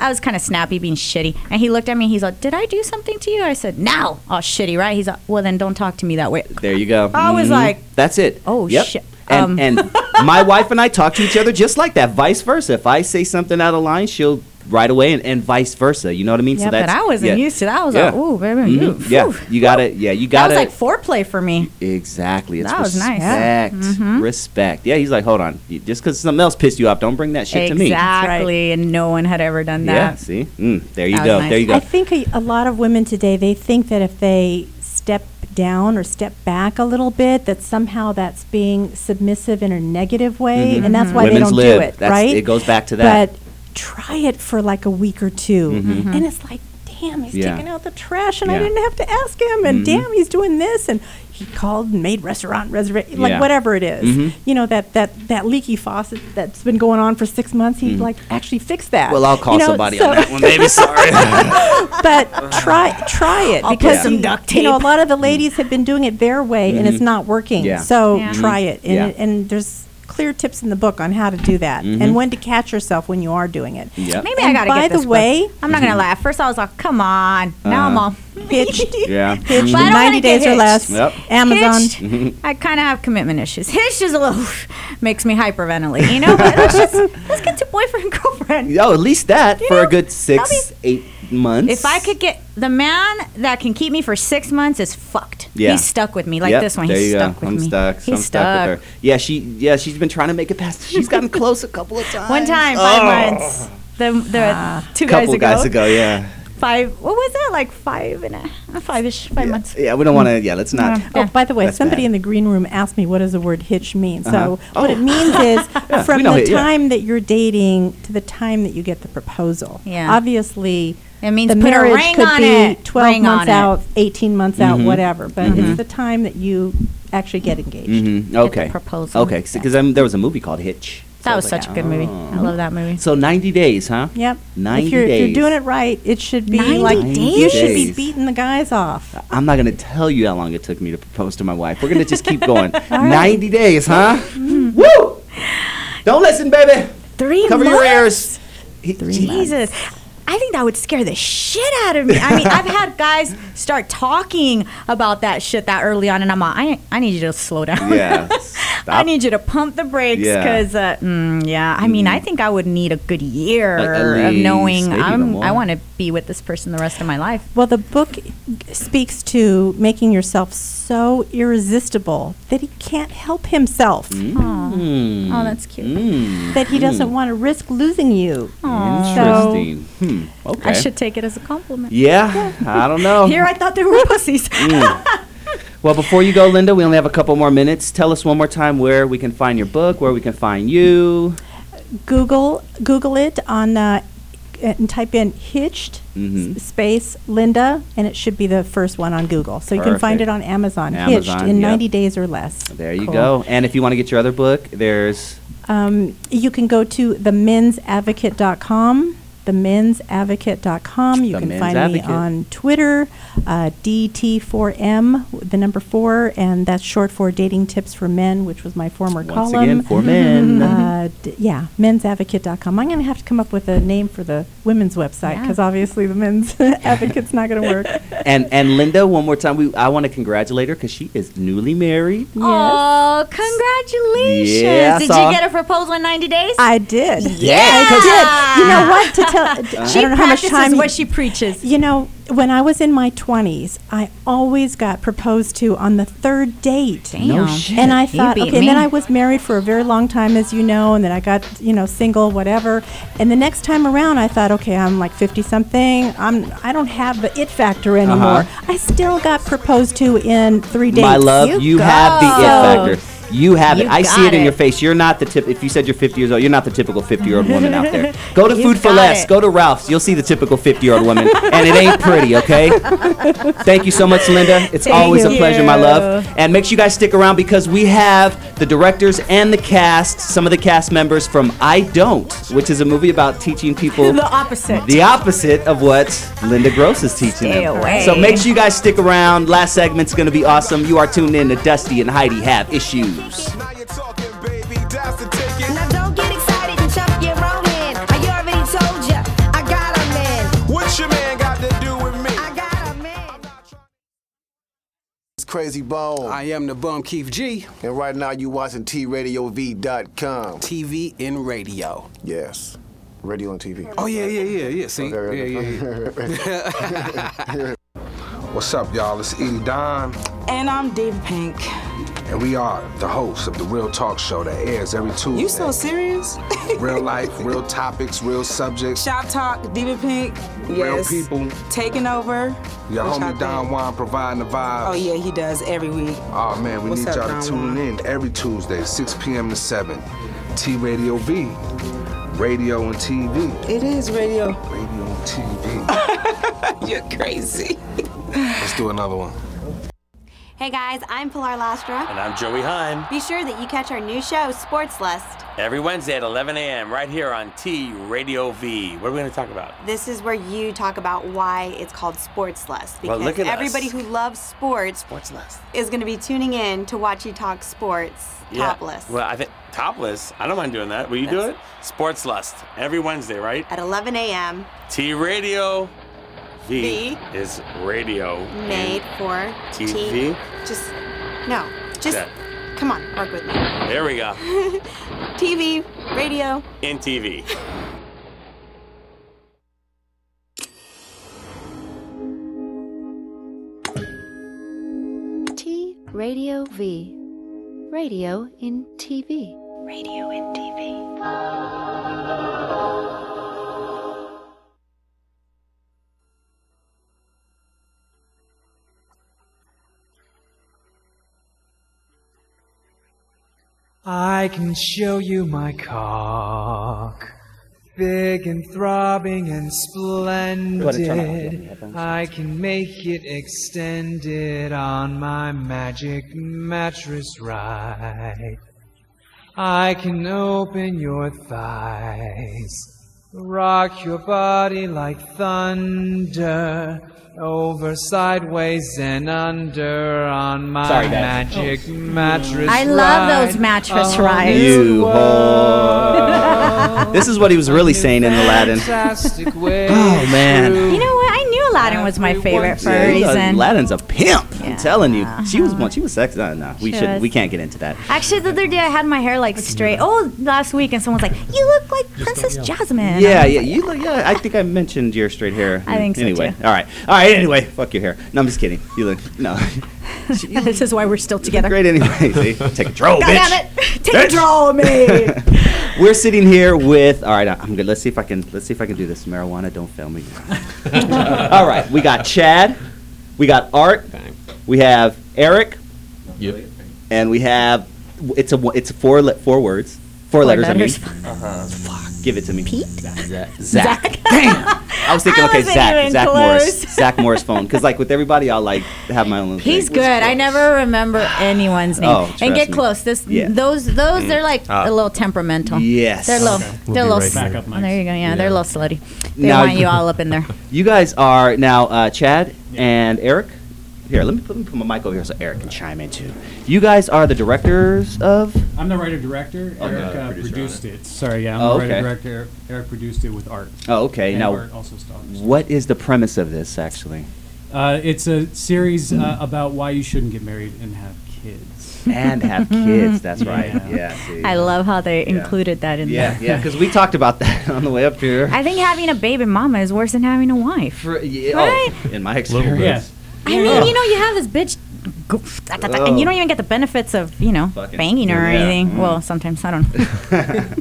Speaker 5: I was kind of snappy, being shitty, and he looked at me. He's like, "Did I do something to you?" I said, "No." Oh, shitty, right? He's like, "Well, then don't talk to me
Speaker 4: [LAUGHS]
Speaker 5: that way."
Speaker 4: There you go.
Speaker 5: I was
Speaker 4: Mhm.
Speaker 5: like,
Speaker 4: that's it.
Speaker 5: oh,
Speaker 4: Yep.
Speaker 5: shit.
Speaker 4: And,
Speaker 5: [LAUGHS]
Speaker 4: and my wife and I talk to each other just like that, vice versa. If I say something out of line, she'll right away, and, and vice versa. You know what I mean?
Speaker 5: yeah, but I wasn't
Speaker 4: yeah.
Speaker 5: used to that. I was like,
Speaker 4: Yeah.
Speaker 5: "Ooh, baby,
Speaker 4: Mhm.
Speaker 5: you."
Speaker 4: Yeah, you got it. Yeah, you
Speaker 5: [LAUGHS] That
Speaker 4: got it.
Speaker 5: was like foreplay for me.
Speaker 4: exactly. It's
Speaker 5: That was nice.
Speaker 4: respect.
Speaker 5: Yeah. Mhm.
Speaker 4: Respect. Yeah, he's like, hold on. You- Just because something else pissed you off, don't bring that shit to me.
Speaker 5: Exactly, and no one had ever done
Speaker 4: Yeah.
Speaker 5: that.
Speaker 4: See. Mm, there you
Speaker 5: That was
Speaker 4: go.
Speaker 5: nice.
Speaker 4: There you go.
Speaker 15: I think a, a lot of women today they think that if they step down or step back a little bit, that somehow that's being submissive in a negative way,
Speaker 4: Mhm.
Speaker 15: and that's why they
Speaker 4: Women's
Speaker 15: don't
Speaker 4: lib.
Speaker 15: do it.
Speaker 4: That's-
Speaker 15: right?
Speaker 4: it goes back to that.
Speaker 15: But try it for like a week or 2
Speaker 4: Mhm. Mhm.
Speaker 15: and it's like, damn, he's
Speaker 4: Yeah.
Speaker 15: taking out the trash, and I
Speaker 4: Yeah.
Speaker 15: didn't have to ask him, and
Speaker 4: Mhm.
Speaker 15: damn, he's doing this, and he called and made restaurant reservation,
Speaker 4: Yeah.
Speaker 15: like whatever it is.
Speaker 4: Mhm.
Speaker 15: You know that that that leaky faucet that's been going on for six months. He like actually fixed that.
Speaker 4: Mm-hmm. well, I'll call
Speaker 15: you know,
Speaker 4: somebody
Speaker 15: so-
Speaker 4: on that one,
Speaker 15: [LAUGHS]
Speaker 4: baby.
Speaker 5: [LAUGHS]
Speaker 4: Sorry. [LAUGHS]
Speaker 15: but try try it
Speaker 5: I'll put
Speaker 15: because
Speaker 5: some
Speaker 15: you-
Speaker 5: duct
Speaker 15: you know a
Speaker 5: tape.
Speaker 15: lot of the ladies have been doing it their way and it's
Speaker 4: Mhm.
Speaker 15: not working.
Speaker 4: Yeah.
Speaker 15: So
Speaker 4: Yeah.
Speaker 15: try it, and,
Speaker 4: Yeah.
Speaker 15: it- and there's clear tips in the book on how to do that
Speaker 4: Mhm.
Speaker 15: and when to catch yourself when you are doing it.
Speaker 4: Yep.
Speaker 5: Maybe I
Speaker 15: And
Speaker 5: gotta
Speaker 15: by
Speaker 5: get this
Speaker 15: the
Speaker 5: book.
Speaker 15: way,
Speaker 5: I'm not gonna
Speaker 4: Mm-hmm.
Speaker 5: lie. At first, I was like, "Come on!" Now I'm
Speaker 4: Uh,
Speaker 5: all bitch.
Speaker 15: [LAUGHS]
Speaker 4: yeah. Mm-hmm.
Speaker 5: But I don't wanna
Speaker 15: 90
Speaker 5: get
Speaker 15: days or less.
Speaker 5: hitched.
Speaker 15: Amazon.
Speaker 5: Hitched. I kind of have commitment issues. [LAUGHS] Hitch is a little makes me hyperventilate, you know. But let's just let's get to boyfriend girlfriend.
Speaker 4: Oh, at least that
Speaker 5: You
Speaker 4: for
Speaker 5: know,
Speaker 4: a good six, eight months.
Speaker 5: If I could get the man that can keep me for six months is fucked.
Speaker 4: Yeah.
Speaker 5: He's stuck with me like
Speaker 4: Yep,
Speaker 5: this one.
Speaker 4: There
Speaker 5: He's
Speaker 4: you
Speaker 5: stuck
Speaker 4: go.
Speaker 5: with
Speaker 4: I'm
Speaker 5: me.
Speaker 4: stuck. so
Speaker 5: He's
Speaker 4: I'm stuck. with her. Yeah, she. Yeah, she's been trying to make it past. [LAUGHS] She's gotten close a couple of times.
Speaker 5: One time,
Speaker 4: Oh.
Speaker 5: five
Speaker 4: Ah.
Speaker 5: months. The the [LAUGHS] two
Speaker 4: couple guys
Speaker 5: guys ago.
Speaker 4: ago. Yeah.
Speaker 5: Five. What was that? Like five and a five-ish, five months.
Speaker 4: Yeah, we don't want to. Yeah, let's not.
Speaker 15: Oh, by the way,
Speaker 4: That's
Speaker 15: somebody
Speaker 4: bad.
Speaker 15: in the green room asked me what does the word hitch mean.
Speaker 4: Uh-huh.
Speaker 15: So what it means is
Speaker 4: [LAUGHS] Yeah, we
Speaker 15: from
Speaker 4: know
Speaker 15: the
Speaker 4: it, yeah.
Speaker 15: time that you're dating to the time that you get the proposal.
Speaker 5: Yeah.
Speaker 15: Obviously,
Speaker 5: It means
Speaker 15: the
Speaker 5: put a
Speaker 15: marriage
Speaker 5: ring
Speaker 15: could
Speaker 5: on
Speaker 15: be
Speaker 5: it.
Speaker 15: 12
Speaker 5: Ring on
Speaker 15: months
Speaker 5: it.
Speaker 15: out, 18 months out,
Speaker 4: Mhm.
Speaker 15: whatever. But
Speaker 4: Mhm.
Speaker 15: it's the time that you actually get engaged.
Speaker 4: hmm
Speaker 15: Get the
Speaker 4: Okay.
Speaker 15: proposal.
Speaker 4: Okay, because um, there was a movie called Hitch.
Speaker 15: That
Speaker 4: I
Speaker 15: was
Speaker 4: like,
Speaker 15: such a good movie. I
Speaker 4: oh.
Speaker 15: love
Speaker 5: that movie.
Speaker 4: So 90 days, huh?
Speaker 15: Mm-hmm. Yep.
Speaker 4: 90
Speaker 15: if you're,
Speaker 4: days.
Speaker 15: If you're doing it right, it should be
Speaker 5: 90
Speaker 15: like you
Speaker 4: days?
Speaker 15: should be
Speaker 4: days.
Speaker 15: beating the guys off.
Speaker 4: I'm not going to tell you how long it took me to propose to my wife. We're going to just keep going.
Speaker 15: right.
Speaker 4: 90 days, huh? Don't listen, baby.
Speaker 5: Three
Speaker 4: Cover your
Speaker 5: months?
Speaker 4: ears. He- he-
Speaker 5: Jesus. I think that would scare the shit out of me. I mean, I've had guys start talking about that shit that early on, and I'm like, I, I need you to slow down. [LAUGHS]
Speaker 4: Yeah.
Speaker 5: I need you to pump the brakes
Speaker 4: Yeah.
Speaker 5: because, yeah. Uh, mm, yeah. I mean, I think I would need a good year
Speaker 15: Like, at
Speaker 5: of
Speaker 15: least,
Speaker 5: knowing
Speaker 15: maybe
Speaker 5: I'm,
Speaker 15: even
Speaker 5: I
Speaker 15: more.
Speaker 5: want to be with this person the rest of my life.
Speaker 15: Well, the book speaks to making yourself so irresistible that he can't help himself.
Speaker 3: Mm.
Speaker 4: Mm.
Speaker 5: Oh, that's cute.
Speaker 15: That he doesn't want to risk losing you.
Speaker 4: Interesting. hmm. Okay.
Speaker 5: I should take it as a compliment.
Speaker 4: Yeah, I don't
Speaker 5: [LAUGHS]
Speaker 4: know.
Speaker 5: Here, I thought
Speaker 15: [LAUGHS]
Speaker 5: they were pussies.
Speaker 4: Mm. Well, before you go, Linda, we only have a couple more minutes. Tell us one more time where we can find your book, where we can find you.
Speaker 15: Google Google it on uh, and type in hitched
Speaker 4: Mhm.
Speaker 15: s- space Linda, and it should be the first one on Google. So you can find it
Speaker 4: Perfect.
Speaker 15: on Amazon. hitched
Speaker 4: Amazon,
Speaker 15: in
Speaker 4: yep.
Speaker 15: 90 days or less.
Speaker 4: There you
Speaker 15: Cool.
Speaker 4: go. And if you want to get your other book, there's
Speaker 15: Um, you can go to themensadvocate.com. Themensadvocate.com. You
Speaker 4: The
Speaker 15: can
Speaker 4: Men's
Speaker 15: find
Speaker 4: Advocate.
Speaker 15: me on Twitter, uh, DT4M, w- the number four, and that's short for Dating Tips for Men, which was my former
Speaker 4: Once
Speaker 15: column.
Speaker 4: again, for men.
Speaker 15: [LAUGHS] Uh, d- yeah, mensadvocate.com. I'm going to have to come up with a name for the women's website because obviously the men's [LAUGHS] advocate's not going to work.
Speaker 4: and and Linda. One more time, we I want to congratulate her because she is newly married.
Speaker 5: Oh, congratulations.
Speaker 4: Yeah, I
Speaker 5: did
Speaker 4: saw.
Speaker 5: you get a proposal in 90 days?
Speaker 15: I did.
Speaker 5: Yeah.
Speaker 15: I did. You know what? To
Speaker 5: [LAUGHS]
Speaker 15: tell,
Speaker 5: She
Speaker 15: I don't know how much
Speaker 5: practices
Speaker 15: time
Speaker 5: what she preaches.
Speaker 15: You know, when I was in my twenties, I always got proposed to on the third date.
Speaker 5: Damn. No shit.
Speaker 15: And I
Speaker 5: You
Speaker 15: thought,
Speaker 5: beat
Speaker 15: okay. And then
Speaker 5: me.
Speaker 15: I was married for a very long time, as you know, and then I got, you know, single, whatever. And the next time around, I thought, okay, I'm like fifty something. I'm, I don't have the it factor
Speaker 4: Uh-huh.
Speaker 15: anymore. I still got proposed to in three days.
Speaker 4: My love, you, have the it factor. You have
Speaker 15: You
Speaker 4: it. I see
Speaker 15: got
Speaker 4: it in
Speaker 15: it.
Speaker 4: your face. You're not the tip. If you said you're 50 years old, you're not the typical 50 year old woman out
Speaker 15: [LAUGHS]
Speaker 4: there. Go to
Speaker 15: You
Speaker 4: Food for
Speaker 15: got
Speaker 4: Less.
Speaker 15: it.
Speaker 4: Go to Ralph's. You'll see the typical 50 year old woman, and it ain't pretty.
Speaker 5: [LAUGHS]
Speaker 4: Okay. Thank you so much, Linda. It's
Speaker 6: Thank
Speaker 4: always a pleasure, my
Speaker 6: you.
Speaker 4: love. And make sure you guys stick around because we have the directors and the cast, some of the cast members from I Don't, which is a movie about teaching people
Speaker 5: [LAUGHS] the opposite.
Speaker 4: the opposite of what Linda Gross is teaching
Speaker 5: Stay
Speaker 4: them.
Speaker 5: away.
Speaker 4: So make sure you guys stick around. Last segment's going to be awesome. You are tuned in to Dusty and Heidi Have Issues.
Speaker 9: Now don't get excited and chuck your own in. I already told ya, I got a man. What your man got to do with me? I got a man.
Speaker 7: It's Crazy Bone. I am the bum Keith G. And right now you watching TRadioV.com. TV in radio. Yes. Radio and TV.
Speaker 23: Oh yeah, yeah, yeah, yeah. See,
Speaker 7: [LAUGHS]
Speaker 23: yeah, yeah, yeah. [LAUGHS] What's up, y'all? It's E Don,
Speaker 24: And I'm Dave Pink.
Speaker 23: and we are the hosts of the Real Talk Show that airs every Tuesday.
Speaker 24: You so serious?
Speaker 23: [LAUGHS] real life, real topics, real subjects.
Speaker 24: Shop Talk, Diva Pink.
Speaker 23: Real
Speaker 24: Yes.
Speaker 23: people.
Speaker 24: Taking over.
Speaker 23: Your
Speaker 24: What y'all
Speaker 23: homie Don
Speaker 24: think?
Speaker 23: Juan providing the vibes.
Speaker 24: Oh yeah, he does every week.
Speaker 23: Oh man, we
Speaker 24: What's
Speaker 23: need
Speaker 24: up,
Speaker 23: y'all
Speaker 24: Don
Speaker 23: to tune in every Tuesday, 6 p.m. to 7. T Radio V, radio and TV.
Speaker 24: It is radio.
Speaker 23: Radio and TV.
Speaker 24: [LAUGHS] You're crazy.
Speaker 23: Let's do another one.
Speaker 25: Hey guys, I'm Pilar Lastra.
Speaker 26: And I'm Joey Heim.
Speaker 25: Be sure that you catch our new show, Sports Lust.
Speaker 26: Every Wednesday at 11 a.m. right here on T Radio V. What are we going to talk about?
Speaker 25: This is where you talk about why it's called Sports Lust.
Speaker 26: Well,
Speaker 25: Because
Speaker 26: look at us.
Speaker 25: everybody who loves sports
Speaker 26: Sports Lust.
Speaker 25: is going to be tuning in to watch you talk sports topless.
Speaker 26: Well, I think topless. I don't mind doing that. Will you do it? Sports Lust every Wednesday, right?
Speaker 25: At 11 a.m.,
Speaker 26: T Radio V,
Speaker 25: V.
Speaker 26: is radio and
Speaker 25: made for
Speaker 26: TV.
Speaker 25: Just, no, just,
Speaker 26: Yeah.
Speaker 25: come on, work with me. [LAUGHS]
Speaker 26: There we go.
Speaker 25: TV, radio,
Speaker 26: In TV.
Speaker 1: T Radio V. Radio in TV. Radio in TV.
Speaker 27: I can show you my cock, big and throbbing and
Speaker 28: ahead and turn it off, yeah, yeah,
Speaker 27: splendid.
Speaker 28: thanks.
Speaker 27: I can make it extended on my magic mattress ride. I can open your thighs, rock your body like thunder, over, sideways, and under on my
Speaker 28: Sorry, guys.
Speaker 27: magic mattress.
Speaker 5: I love those
Speaker 27: ride.
Speaker 5: mattress
Speaker 27: A
Speaker 5: rides.
Speaker 27: new
Speaker 4: You whore. this is what he was really saying in Aladdin.
Speaker 27: Fantastic
Speaker 15: [LAUGHS]
Speaker 27: way.
Speaker 4: Oh man.
Speaker 5: You know what? I knew Aladdin was my favorite for a
Speaker 4: Yeah,
Speaker 5: reason. Uh-huh.
Speaker 4: Aladdin's a pimp. I'm telling you, she was one. She was sexy. No, no, we
Speaker 5: She
Speaker 4: should.
Speaker 5: was.
Speaker 4: We can't get into that.
Speaker 5: Actually, the other day I had my hair like straight. Oh, last week, and someone's like, "You look like Princess Jasmine."
Speaker 4: yeah, yeah, you look. Yeah, I think I mentioned your straight hair.
Speaker 5: I think so,
Speaker 4: Anyway, all right, all right. Anyway, fuck your hair. No, I'm just kidding. You look no. [LAUGHS]
Speaker 5: [LAUGHS] this is why we're still together.
Speaker 4: Great anyway. See, take control,
Speaker 5: [LAUGHS] God
Speaker 4: bitch.
Speaker 5: damn it! Take control of me.
Speaker 4: [LAUGHS] We're sitting here with. All right, I'm good. Let's see if I can. Let's see if I can do this. Marijuana, don't fail me. all right, we got Chad, we got Art, we have Eric,
Speaker 6: Yep.
Speaker 4: and we have. It's a. one- It's four. Le- four words. Four,
Speaker 5: Four
Speaker 4: letters.
Speaker 5: letters.
Speaker 4: I mean.
Speaker 10: Uh-huh.
Speaker 4: Fuck. Give it to me. Pete. Zach. Zach. [LAUGHS]
Speaker 5: Zach.
Speaker 4: I was thinking,
Speaker 5: I
Speaker 4: okay,
Speaker 5: wasn't
Speaker 4: Zach,
Speaker 5: even
Speaker 4: Zach Morris,
Speaker 5: close.
Speaker 4: Zach Morris phone, because like with everybody, I'll like have my own. thing.
Speaker 5: He's good. I never
Speaker 4: [SIGHS]
Speaker 5: remember anyone's name.
Speaker 4: Oh,
Speaker 5: and
Speaker 4: trust
Speaker 5: get
Speaker 4: me.
Speaker 5: close. This
Speaker 4: Yeah.
Speaker 5: those those they're like
Speaker 4: Ah.
Speaker 5: a little temperamental.
Speaker 4: Yes.
Speaker 5: They're a little.
Speaker 4: Okay. We'll
Speaker 5: They're
Speaker 4: be
Speaker 5: a little.
Speaker 4: right
Speaker 5: s-
Speaker 4: back
Speaker 5: oh,
Speaker 4: up,
Speaker 5: there you go. Yeah, they're a little slutty. They
Speaker 4: Now- [LAUGHS]
Speaker 5: want you all up in there.
Speaker 4: You guys are now uh, Chad and Eric. Here, let me, let me put my mic over here so Eric can chime in too. You guys are the directors of.
Speaker 8: I'm the writer director.
Speaker 4: Oh,
Speaker 8: Eric
Speaker 4: no,
Speaker 8: uh,
Speaker 4: producer on
Speaker 8: produced
Speaker 4: it.
Speaker 8: it. Sorry, yeah, I'm
Speaker 4: Oh,
Speaker 8: the writer
Speaker 4: okay.
Speaker 8: director. Eric- Eric produced it with art.
Speaker 4: Oh, okay.
Speaker 8: And
Speaker 4: now,
Speaker 8: art also stars.
Speaker 4: what is the premise of this actually?
Speaker 8: Uh, it's a series uh, about why you shouldn't get married and have kids.
Speaker 4: And
Speaker 8: [LAUGHS]
Speaker 4: have kids, that's
Speaker 8: Mm-hmm.
Speaker 4: right. Yeah, see.
Speaker 5: [LAUGHS] I love how they included that in
Speaker 4: Yeah,
Speaker 5: there.
Speaker 4: yeah, because we talked about that [LAUGHS] on the way up here.
Speaker 5: [LAUGHS] I think having a baby mama is worse than having a wife.
Speaker 4: yeah,
Speaker 5: right?
Speaker 4: oh, in my experience.
Speaker 5: I mean, you know, you have this bitch, go, da, da, da, and you don't even get the benefits of you know
Speaker 4: Fucking-
Speaker 5: banging her or
Speaker 4: Yeah.
Speaker 5: anything.
Speaker 4: Mm.
Speaker 5: Well, sometimes I don't. know. [LAUGHS]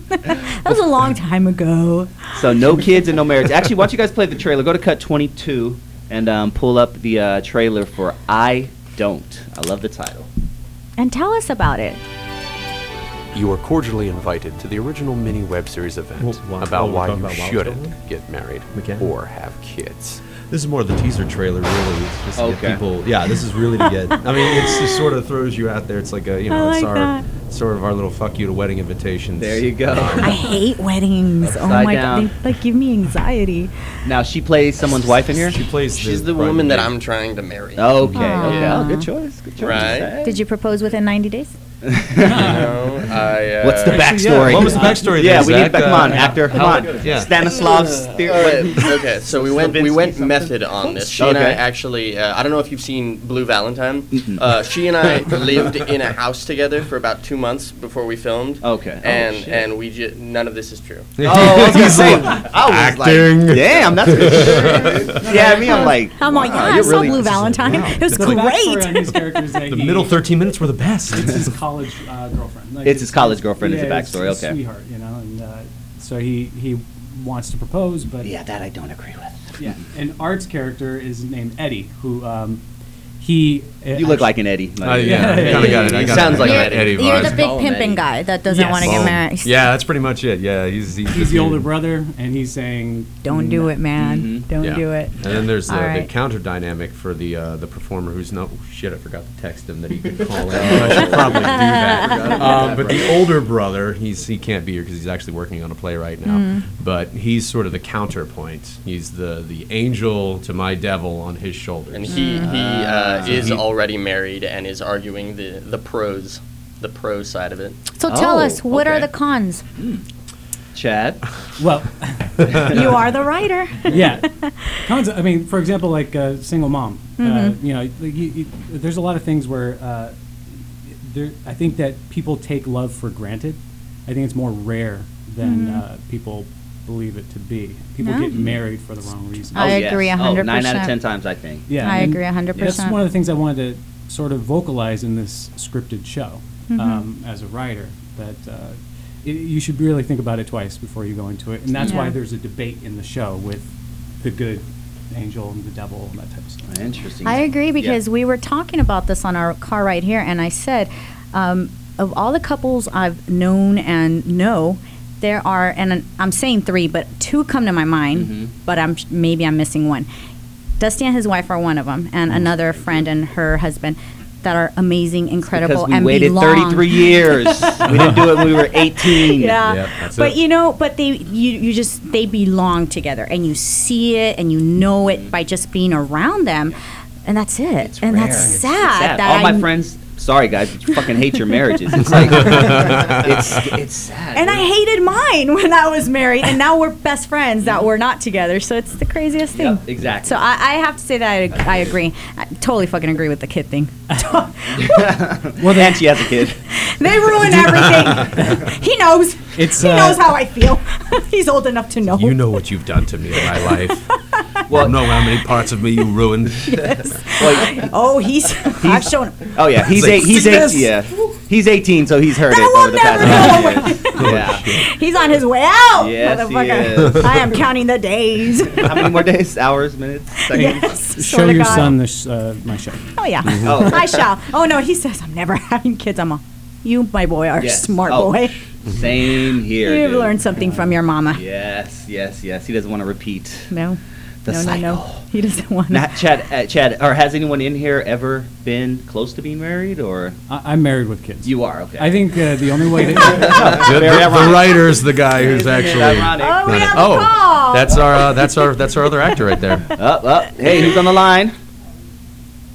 Speaker 5: that was a long time ago.
Speaker 4: So no kids and no marriage. Actually, why don't you guys play the trailer? Go to cut 22 and um, pull up the uh, trailer for I Don't. I love the title.
Speaker 5: And tell us about it.
Speaker 10: You are cordially invited to the original mini web series event
Speaker 11: oh,
Speaker 10: about
Speaker 11: we're
Speaker 10: why
Speaker 11: talking
Speaker 10: you
Speaker 11: about why we're talking
Speaker 10: shouldn't get married or have kids.
Speaker 11: This is more the teaser trailer, really. It's just to
Speaker 10: Okay.
Speaker 11: get people. Yeah, this is really to
Speaker 10: [LAUGHS]
Speaker 11: get. I mean, it's, it sort of throws you out there. It's like a you
Speaker 5: I
Speaker 11: know, it's
Speaker 5: like
Speaker 11: our
Speaker 5: that.
Speaker 11: sort of our little fuck you to wedding invitations.
Speaker 4: There you
Speaker 11: [LAUGHS]
Speaker 4: go.
Speaker 5: I hate weddings. oh
Speaker 4: Upside
Speaker 5: my
Speaker 4: down.
Speaker 5: god, they like give me anxiety.
Speaker 4: Now she plays someone's wife in here. She
Speaker 11: plays.
Speaker 4: She's
Speaker 10: the woman that I'm trying to marry.
Speaker 4: Okay. Okay.
Speaker 5: Aw.
Speaker 4: Oh, good choice. Good choice.
Speaker 10: Right?
Speaker 5: Did you propose within 90 days?
Speaker 10: No, I, uh,
Speaker 4: What's the backstory? Uh,
Speaker 10: What was the backstory
Speaker 4: Yeah,
Speaker 10: there,
Speaker 4: we need
Speaker 10: Zach?
Speaker 4: back. Come on,
Speaker 10: Uh,
Speaker 4: actor. Come
Speaker 10: how-
Speaker 4: on.
Speaker 10: yeah.
Speaker 4: Stanislav.
Speaker 10: Uh, okay, so we went we went method on this. She and I
Speaker 4: Okay.
Speaker 10: actually, uh, I don't know if you've seen Blue Valentine. Uh, she
Speaker 4: [LAUGHS]
Speaker 10: and I lived in a house together for about two months before we filmed.
Speaker 4: Okay. Oh,
Speaker 10: and
Speaker 4: shit.
Speaker 10: and we ju- none of this is true.
Speaker 4: Oh, I was gonna say. I was
Speaker 10: Acting.
Speaker 4: like, damn, that's good.
Speaker 10: [LAUGHS]
Speaker 4: shit." yeah, I mean, I'm like,
Speaker 5: I'm like,
Speaker 4: wow,
Speaker 5: yeah, I
Speaker 4: you're
Speaker 5: saw
Speaker 4: really
Speaker 5: Blue Valentine. It was
Speaker 11: It's like-
Speaker 5: great.
Speaker 8: Backstory on his character
Speaker 5: [LAUGHS]
Speaker 8: is that
Speaker 11: The
Speaker 8: he-
Speaker 11: middle 13 minutes were the best.
Speaker 8: It's his college uh, girlfriend. Like,
Speaker 4: It's his college girlfriend is
Speaker 8: yeah,
Speaker 4: the
Speaker 8: it's
Speaker 4: backstory,
Speaker 8: his
Speaker 4: okay.
Speaker 8: Sweetheart, you know, and uh, so he he wants to propose, but
Speaker 4: yeah, that I don't agree with.
Speaker 8: Yeah, and Art's character is named Eddie, who um, he.
Speaker 4: You look like an Eddie.
Speaker 11: Uh, yeah, I kinda got it, I got Sounds it. like
Speaker 5: you're,
Speaker 11: that Eddie
Speaker 5: you're the
Speaker 11: vibe.
Speaker 5: big
Speaker 11: Call him
Speaker 5: pimping
Speaker 11: Eddie.
Speaker 5: guy that doesn't
Speaker 8: Yes.
Speaker 5: want to get
Speaker 11: Boom.
Speaker 5: married.
Speaker 11: Yeah, that's pretty much it. Yeah, he's he's,
Speaker 8: He's the older brother, and he's saying,
Speaker 5: Don't do it, man. Don't
Speaker 11: Mm-hmm. Yeah.
Speaker 5: do it.
Speaker 11: And then there's the,
Speaker 5: All
Speaker 11: the
Speaker 5: right.
Speaker 11: counter dynamic for the uh, the performer who's no oh, shit. I forgot to text him that he could
Speaker 10: [LAUGHS]
Speaker 11: call in. I should probably
Speaker 5: Forgot
Speaker 11: do that.
Speaker 5: about
Speaker 11: Um,
Speaker 5: that,
Speaker 11: but the
Speaker 5: brother.
Speaker 11: older brother, he's he can't be here because he's actually working on a play right now.
Speaker 5: Mm.
Speaker 11: But he's sort of the counterpoint. He's the the angel to my devil on his shoulders.
Speaker 10: And he he
Speaker 5: Ah.
Speaker 10: uh,
Speaker 11: Ah, So
Speaker 10: is
Speaker 11: he- [LAUGHS]
Speaker 10: already married and is arguing the the pros, the pro side of it.
Speaker 5: So
Speaker 11: Oh.
Speaker 5: tell us,
Speaker 4: Oh,
Speaker 5: what are the cons?
Speaker 4: Chad?
Speaker 11: [LAUGHS]
Speaker 8: Well,
Speaker 5: [LAUGHS] you are the writer.
Speaker 8: [LAUGHS] yeah. Cons, I mean, for example, like a single mom.
Speaker 5: Mhm.
Speaker 8: Uh, you know, like you, you, there's a lot of things where uh, there. I think that people take love for granted. I think it's more rare than
Speaker 5: Mhm.
Speaker 8: uh, people believe it to be. People
Speaker 5: No.
Speaker 8: get married for the wrong reason.
Speaker 5: I agree
Speaker 4: yes. Oh, nine out of
Speaker 5: 100%.
Speaker 4: ten times, I think.
Speaker 8: Yeah,
Speaker 5: I
Speaker 8: and
Speaker 5: agree 100%.
Speaker 8: That's one of the things I wanted to sort of vocalize in this scripted show
Speaker 5: Mhm.
Speaker 8: um, as a writer that uh, it, you should really think about it twice before you go into it, and that's why
Speaker 5: Yeah.
Speaker 8: there's a debate in the show with the good angel and the devil and that type of stuff.
Speaker 4: Interesting.
Speaker 5: I agree because we were talking about this on our car ride here, and I said, um, of all the couples I've known and know, there are, and I'm saying three, but two come to my mind,
Speaker 4: Mm-hmm.
Speaker 5: but I'm
Speaker 4: Mm-hmm.
Speaker 5: maybe I'm missing one. Dusty and his wife are one of them, and another friend and her husband. that are amazing, incredible,
Speaker 4: because we
Speaker 5: and
Speaker 4: waited
Speaker 5: belong.
Speaker 4: 33
Speaker 5: [LAUGHS]
Speaker 4: years. we didn't do it when we were 18.
Speaker 5: Yeah, but you know, but they you you just they belong together, and you see it, and you know it by just being around them, and that's it, and that's
Speaker 4: It's- it's
Speaker 5: sad.
Speaker 4: sad.
Speaker 5: That
Speaker 4: All my
Speaker 5: I-
Speaker 4: friends. Sorry, guys, but you fucking hate your marriages. It's like it's it's sad.
Speaker 5: And I hated mine [LAUGHS] when I was married, and now we're best friends that we're not together. So it's the craziest thing.
Speaker 4: Yep, exactly.
Speaker 5: So I, I have to say that I, I agree. I totally fucking agree with the kid thing. [LAUGHS]
Speaker 4: well, then she has a kid.
Speaker 5: They
Speaker 4: [LAUGHS]
Speaker 5: ruin everything. he knows.
Speaker 11: It's,
Speaker 5: he
Speaker 11: uh,
Speaker 5: knows how I feel. [LAUGHS] He's old enough to know.
Speaker 11: You know what you've done to me in
Speaker 5: [LAUGHS]
Speaker 11: my life. well, know how many parts of me you ruined.
Speaker 5: oh, he's. I've shown. him.
Speaker 4: Oh yeah, he's
Speaker 11: It's
Speaker 4: eight.
Speaker 11: like,
Speaker 4: He's
Speaker 11: see
Speaker 4: eight.
Speaker 11: this?
Speaker 4: Yeah, he's 18, so he's heard it over the past. Never yeah.
Speaker 5: He's on his way out,
Speaker 4: Yes, he
Speaker 5: motherfucker.
Speaker 4: is.
Speaker 5: I am counting the
Speaker 4: [LAUGHS]
Speaker 5: days.
Speaker 4: How many more days? Hours? Minutes? Seconds?
Speaker 5: Yes.
Speaker 8: Show
Speaker 5: Swear to
Speaker 8: your
Speaker 5: God.
Speaker 8: son this uh, my show.
Speaker 5: Oh yeah,
Speaker 4: Mm-hmm.
Speaker 5: [LAUGHS]
Speaker 8: Oh.
Speaker 5: I shall. Oh no, he says I'm never having kids. I'm a, you, my boy, are a
Speaker 4: Yes.
Speaker 5: smart
Speaker 4: Oh,
Speaker 5: boy.
Speaker 4: Same here.
Speaker 5: You've
Speaker 4: dude.
Speaker 5: learned something from your mama.
Speaker 4: Yes, yes, yes. He doesn't want to repeat.
Speaker 5: No,
Speaker 4: The
Speaker 5: no, no, no. He doesn't want.
Speaker 4: Not Chad. Uh, Chad, or has anyone in here ever been close to being married? Or
Speaker 8: I- I'm married with kids.
Speaker 4: you are okay.
Speaker 8: I think uh, the only
Speaker 4: [LAUGHS]
Speaker 8: [LAUGHS] way.
Speaker 11: The, the,
Speaker 8: Very
Speaker 11: the
Speaker 8: ironic.
Speaker 11: writer's the guy who's
Speaker 8: Isn't it
Speaker 11: actually.
Speaker 8: ironic?
Speaker 5: Oh, we have a
Speaker 11: Oh,
Speaker 5: call.
Speaker 11: that's our uh, that's our that's our other actor
Speaker 4: [LAUGHS]
Speaker 11: right there.
Speaker 4: Up, up. Oh, Hey, who's on the line?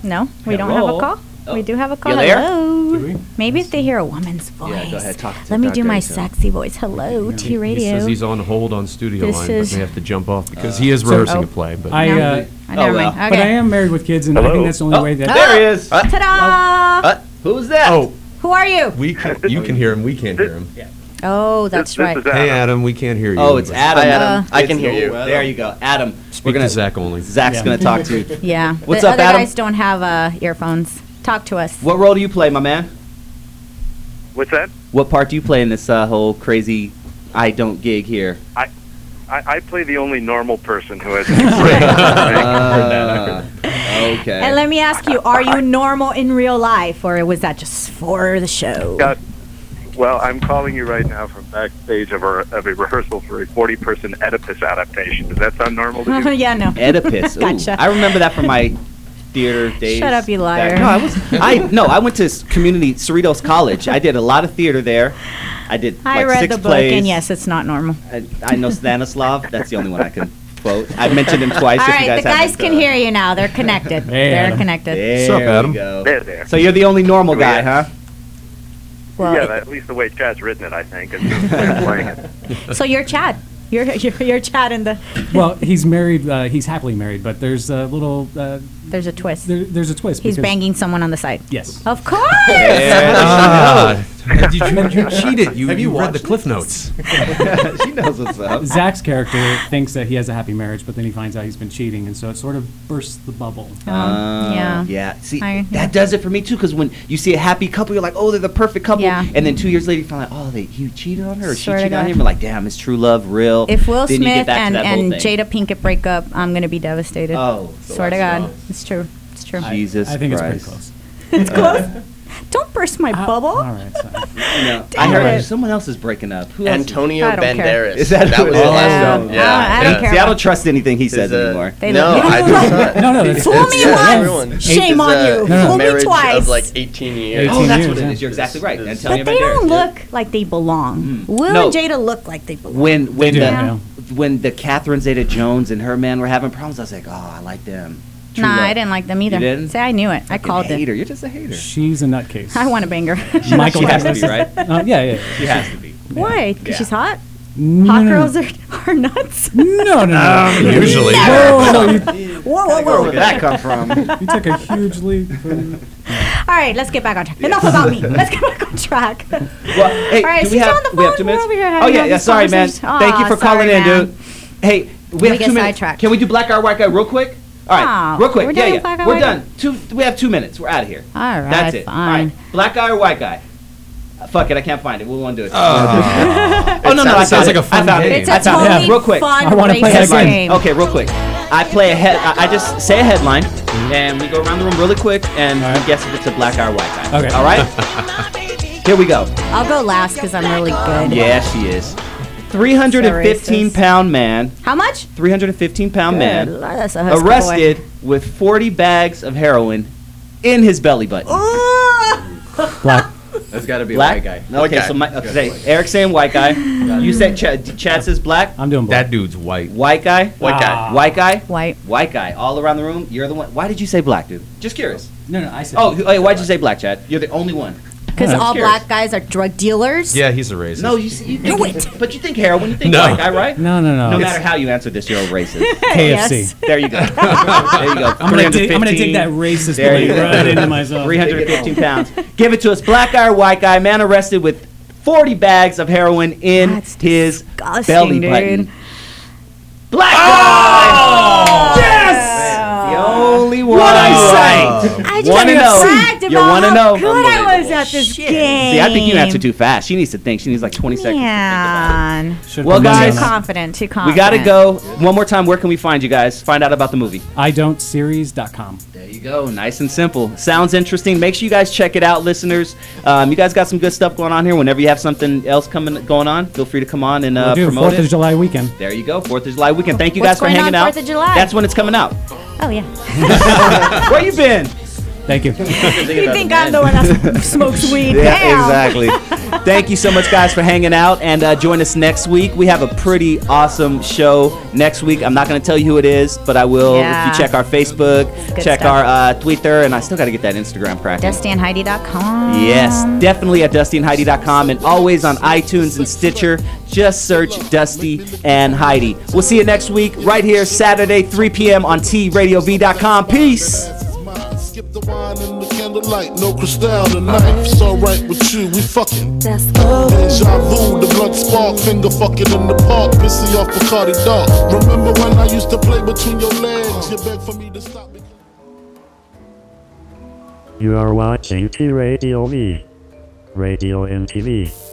Speaker 5: No, we don't have a
Speaker 4: Hello?
Speaker 5: call. We do have a call.
Speaker 4: Oh. You there?
Speaker 5: Hello. Maybe if they hear a woman's voice.
Speaker 4: Yeah, go ahead. Talk to
Speaker 5: Let me do
Speaker 4: Dr.
Speaker 5: my
Speaker 4: Intel.
Speaker 5: sexy voice. Hello, T
Speaker 11: He
Speaker 5: Radio.
Speaker 11: says he's on hold on studio
Speaker 5: This
Speaker 11: line,
Speaker 5: is-
Speaker 11: but we have to jump
Speaker 4: Uh,
Speaker 11: off because he is rehearsing
Speaker 4: oh.
Speaker 11: a play. But
Speaker 8: Uh, I, uh,
Speaker 5: I
Speaker 11: Oh,
Speaker 5: never mind.
Speaker 8: But I
Speaker 5: Okay.
Speaker 8: am married with kids, and I think that's the only way that.
Speaker 4: Oh, There he is. Uh,
Speaker 5: Ta-da!
Speaker 4: Who's that?
Speaker 11: Oh,
Speaker 5: Who are you?
Speaker 11: we can, you can hear him. We can't hear him.
Speaker 5: Oh, that's right.
Speaker 11: Hey, Adam, we can't hear you.
Speaker 4: Oh, it's Adam.
Speaker 11: Hi,
Speaker 5: Adam.
Speaker 11: I
Speaker 4: It's-
Speaker 11: can hear you.
Speaker 4: oh, There you go, Adam.
Speaker 11: Speak to Zach only.
Speaker 4: Zach's gonna talk to you.
Speaker 5: Yeah.
Speaker 4: What's
Speaker 5: the
Speaker 4: up,
Speaker 5: other
Speaker 4: Adam?
Speaker 5: guys don't have uh, earphones. Talk to us.
Speaker 4: What role do you play, my man?
Speaker 6: What's that?
Speaker 4: What part do you play in this uh, whole crazy I don't gig here?
Speaker 6: I, I I play the only normal person who has. [LAUGHS]
Speaker 4: Uh, okay.
Speaker 5: And let me ask you: Are you normal in real life, or was that just for the show? [LAUGHS]
Speaker 6: Got- well, I'm calling you right now from backstage of a, of a rehearsal for a 40-person Oedipus adaptation. Does that sound normal to you?
Speaker 5: yeah, no. [LAUGHS]
Speaker 4: Oedipus. Ooh,
Speaker 5: gotcha.
Speaker 4: I remember that from my theater days.
Speaker 5: Shut up, you liar.
Speaker 4: Back- No, I
Speaker 5: [LAUGHS]
Speaker 4: was. I no, I went to s- community Cerritos College. I did a lot of theater there. I did
Speaker 5: I
Speaker 4: like
Speaker 5: read
Speaker 4: six
Speaker 5: the book,
Speaker 4: plays.
Speaker 5: and yes, it's not normal.
Speaker 4: I, I know Stanislav. That's the only one I can quote. I mentioned him twice.
Speaker 5: All
Speaker 4: if you
Speaker 5: right,
Speaker 4: guys
Speaker 5: the guys
Speaker 4: haven't,
Speaker 5: can
Speaker 4: uh,
Speaker 5: hear you now.
Speaker 8: [LAUGHS]
Speaker 5: They're connected.
Speaker 4: Hey,
Speaker 5: They're
Speaker 4: Adam.
Speaker 5: connected.
Speaker 4: There
Speaker 6: Sup,
Speaker 4: we
Speaker 6: Adam?
Speaker 4: go.
Speaker 6: There, there.
Speaker 4: So you're the only normal guy, huh?
Speaker 5: Well,
Speaker 6: yeah, at least the way Chad's written it, I think. and the way I'm playing it.
Speaker 5: So you're Chad. You're you're, you're Chad in the.
Speaker 8: Well, he's married. Uh, he's happily married, but there's a little. Uh,
Speaker 5: There's a twist.
Speaker 8: there, there's a twist.
Speaker 5: He's
Speaker 8: because-
Speaker 5: banging someone on the side.
Speaker 4: [LAUGHS]
Speaker 8: Yes.
Speaker 5: Of course.
Speaker 8: [LAUGHS]
Speaker 11: Ah, did you, you cheated. You, you, read the Cliff Notes.
Speaker 8: [LAUGHS]
Speaker 4: [LAUGHS] she knows what's up.
Speaker 8: Zach's character thinks that he has a happy marriage, but then he finds out he's been cheating, and so it sort of bursts the bubble.
Speaker 4: Oh,
Speaker 5: yeah.
Speaker 4: Yeah. See,
Speaker 5: I-
Speaker 4: that does it for me too. Because when you see a happy couple, you're like, "Oh, they're the perfect couple." And then two years later, you find out, "Oh, they you cheated on her, or she
Speaker 5: Swear to
Speaker 4: cheated on
Speaker 5: God.
Speaker 4: him." You're like, "Damn, is true love real?"
Speaker 5: If Will
Speaker 4: Then you get
Speaker 5: Smith
Speaker 4: back
Speaker 5: and,
Speaker 4: to that whole
Speaker 5: and
Speaker 4: thing.
Speaker 5: Jada Pinkett break up, I'm gonna be devastated.
Speaker 4: Oh, so
Speaker 5: swear to
Speaker 4: I
Speaker 5: God,
Speaker 4: saw.
Speaker 5: it's true. It's true.
Speaker 4: Jesus
Speaker 8: I think it's pretty
Speaker 4: Christ.
Speaker 8: close.
Speaker 5: It's close. Don't burst my
Speaker 8: Uh,
Speaker 5: bubble.
Speaker 8: All
Speaker 4: [LAUGHS]
Speaker 8: right. Sorry.
Speaker 4: No, I
Speaker 5: Damn
Speaker 4: heard
Speaker 5: it.
Speaker 4: someone else is breaking up. Who
Speaker 10: Antonio
Speaker 5: I
Speaker 4: else?
Speaker 5: don't care.
Speaker 10: Banderas.
Speaker 4: Is that,
Speaker 10: That
Speaker 4: who it
Speaker 10: was
Speaker 4: is?
Speaker 10: the last one. Yeah.
Speaker 5: Oh, I don't care
Speaker 4: See, I
Speaker 5: about-
Speaker 4: don't trust anything he says anymore.
Speaker 5: They
Speaker 10: No,
Speaker 5: don't-
Speaker 10: I just saw it.
Speaker 4: No, no, that's- Fool
Speaker 8: uh,
Speaker 4: me
Speaker 10: It's-
Speaker 4: once,
Speaker 10: everyone.
Speaker 5: shame
Speaker 10: It's
Speaker 5: on
Speaker 10: a
Speaker 5: you. Fool me
Speaker 10: marriage
Speaker 5: twice.
Speaker 10: of like 18 years.
Speaker 4: oh, that's what it is. You're exactly right. Antonio
Speaker 5: But they
Speaker 4: Banderas.
Speaker 5: don't look like they belong. Will
Speaker 4: Hmm. No.
Speaker 5: and Jada look like they belong.
Speaker 4: When when
Speaker 5: do,
Speaker 4: the
Speaker 5: yeah.
Speaker 4: when the Catherine Zeta Jones and her man were having problems, I was like, "Oh, I like them." True
Speaker 5: nah,
Speaker 4: love.
Speaker 5: I didn't like them either.
Speaker 4: You didn't?
Speaker 5: Say I knew it.
Speaker 4: Fucking
Speaker 5: I called
Speaker 4: hater.
Speaker 5: it.
Speaker 4: You're just a hater.
Speaker 8: She's a nutcase.
Speaker 5: I want to bang her.
Speaker 4: Michael has to be, right?
Speaker 8: Uh, yeah, yeah.
Speaker 4: She has to be.
Speaker 5: [LAUGHS] Why? Because
Speaker 4: Yeah.
Speaker 5: she's hot.
Speaker 8: No,
Speaker 5: Hot
Speaker 8: no, no.
Speaker 5: girls are, are nuts.
Speaker 8: No, no, no.
Speaker 11: Um, usually.
Speaker 8: Whoa, whoa, [LAUGHS] whoa, you-
Speaker 4: [LAUGHS]
Speaker 5: Whoa, whoa, whoa.
Speaker 4: come
Speaker 5: [LAUGHS]
Speaker 4: from?
Speaker 8: you took a huge
Speaker 4: [LAUGHS]
Speaker 8: leap. From,
Speaker 5: All right, let's get back on track. Enough about me. Let's get back on track. [LAUGHS]
Speaker 4: Well, hey,
Speaker 5: All right,
Speaker 4: do
Speaker 5: so
Speaker 4: we
Speaker 5: you're
Speaker 4: have,
Speaker 5: on the
Speaker 4: we have
Speaker 5: phone,
Speaker 4: two
Speaker 5: we're
Speaker 4: minutes?
Speaker 5: over here
Speaker 4: oh
Speaker 5: having
Speaker 4: yeah,
Speaker 5: all
Speaker 4: yeah.
Speaker 5: these
Speaker 4: Sorry, man.
Speaker 5: conversations.
Speaker 4: Thank you
Speaker 5: Aw,
Speaker 4: for calling
Speaker 5: sorry,
Speaker 4: in,
Speaker 5: man.
Speaker 4: dude. Hey, we,
Speaker 5: We
Speaker 4: have
Speaker 5: get
Speaker 4: two minutes.
Speaker 5: sidetracked.
Speaker 4: Can we do black or white guy real quick? All right,
Speaker 5: Aw,
Speaker 4: real quick.
Speaker 5: we're
Speaker 4: yeah,
Speaker 5: doing
Speaker 4: yeah.
Speaker 5: black or
Speaker 4: we're
Speaker 5: white guy?
Speaker 4: done. Two. We have two minutes. We're out of here.
Speaker 5: All right,
Speaker 4: That's it. All
Speaker 5: fine.
Speaker 4: right, black guy or white guy? Uh, Fuck it, I can't find it. We won't do it.
Speaker 11: Oh.
Speaker 4: oh no, no, I
Speaker 11: It sounds
Speaker 4: found
Speaker 11: like
Speaker 4: it.
Speaker 11: a fun
Speaker 4: I found it.
Speaker 11: game. It's a
Speaker 4: I found
Speaker 5: totally
Speaker 4: it. Real quick.
Speaker 5: fun I wanna play racist
Speaker 4: Headline.
Speaker 5: game.
Speaker 4: Okay, real quick. I play a head. I I just say a headline, and we go around the room really quick, and we guess if it's a black guy or white guy.
Speaker 8: Okay.
Speaker 4: All right. Here we go.
Speaker 5: I'll go last because I'm really good.
Speaker 4: Yeah, she is. 315
Speaker 5: So racist.
Speaker 4: pound man.
Speaker 5: How [LAUGHS] much?
Speaker 4: 315 pound
Speaker 5: Good
Speaker 4: man
Speaker 5: lord, that's a Husker boy.
Speaker 4: arrested with 40 bags of heroin in his belly button. Black.
Speaker 29: That's got to be
Speaker 4: Black
Speaker 29: a white guy.
Speaker 4: Okay, so my, okay, Eric saying white
Speaker 5: [LAUGHS]
Speaker 4: guy. you said Chad, Chad says black.
Speaker 8: I'm doing
Speaker 4: black. That
Speaker 30: dude's white.
Speaker 4: White guy.
Speaker 30: White guy. Ah.
Speaker 4: White guy.
Speaker 5: White.
Speaker 4: White guy. All around the room. You're the one. Why did you say black, dude? Just curious.
Speaker 8: No, no, I said.
Speaker 4: Oh, who- hey, why'd you say black, Chad? You're the only one.
Speaker 5: Because
Speaker 4: I'm
Speaker 5: all
Speaker 4: curious.
Speaker 5: black guys are drug dealers.
Speaker 30: Yeah, he's a racist.
Speaker 4: No, you, s- you do it. But you think heroin. You think
Speaker 30: No.
Speaker 4: white guy, right?
Speaker 8: No, no, no.
Speaker 4: No
Speaker 8: It's-
Speaker 4: matter how you answer this, you're a racist.
Speaker 8: KFC. [LAUGHS] Yes.
Speaker 4: There you go.
Speaker 8: [LAUGHS]
Speaker 4: there you go.
Speaker 8: I'm gonna dig- I'm gonna dig that
Speaker 4: 315.
Speaker 8: racist
Speaker 4: There
Speaker 8: plate
Speaker 4: you go.
Speaker 8: right into myself.
Speaker 4: 315 pounds. Give it to us. Black guy or white guy? Man arrested with 40 bags of heroin in his belly
Speaker 5: dude.
Speaker 4: button. Black
Speaker 8: Oh!
Speaker 4: guy. Yes. The only one.
Speaker 5: What I say? I just
Speaker 4: One and oh.
Speaker 5: bragged
Speaker 4: You're
Speaker 5: about
Speaker 4: one and
Speaker 5: how
Speaker 4: oh.
Speaker 5: good I was at this game.
Speaker 4: See, I think you answer too fast. She needs to think. She needs like 20 seconds.
Speaker 5: Man.
Speaker 4: Well,
Speaker 5: Too
Speaker 4: guys,
Speaker 5: confident. Too confident.
Speaker 4: we gotta go. One more time. Where can we find you guys? Find out about the movie.
Speaker 8: I don't series.com.
Speaker 4: There you go. Nice and simple. Sounds interesting. Make sure you guys check it out, listeners. Um, you guys got some good stuff going on here. Whenever you have something else coming going on, feel free to come on and uh,
Speaker 8: We'll do
Speaker 4: promote
Speaker 8: Fourth of
Speaker 4: it.
Speaker 8: July weekend.
Speaker 4: There you go. Fourth of July weekend. Thank you
Speaker 5: What's
Speaker 4: guys for
Speaker 5: going
Speaker 4: hanging
Speaker 5: on
Speaker 4: out.
Speaker 5: Fourth of July?
Speaker 4: That's when it's coming out. [LAUGHS]
Speaker 5: Oh yeah.
Speaker 4: Where you been?
Speaker 8: Thank you.
Speaker 5: [LAUGHS] You think I'm the one [LAUGHS] that smokes weed?
Speaker 4: Yeah,
Speaker 5: Damn. [LAUGHS]
Speaker 4: exactly. Thank you so much, guys, for hanging out and uh, join us next week. We have a pretty awesome show next week. I'm not going to tell you who it is, but I will if
Speaker 5: Yeah.
Speaker 4: you check our Facebook,
Speaker 5: Good
Speaker 4: check our
Speaker 5: stuff.
Speaker 4: uh, Twitter, and I still got to get that Instagram cracking.
Speaker 5: DustyandHeidi.com.
Speaker 4: Yes, definitely at dustyandheidi.com and always on iTunes and Stitcher. Just search Dusty and Heidi. We'll see you next week right here, Saturday, 3 p.m. on tradiov.com. Peace.
Speaker 14: Skip the wine and the candlelight, no crystal tonight. It's alright with you, we fucking. That's Deja vu, the blood spark, finger fucking in the park, pissy off Bacardi Dark. Remember when I used to play between your legs? You begged for me to stop.
Speaker 19: You are watching T Radio V. Radio and TV.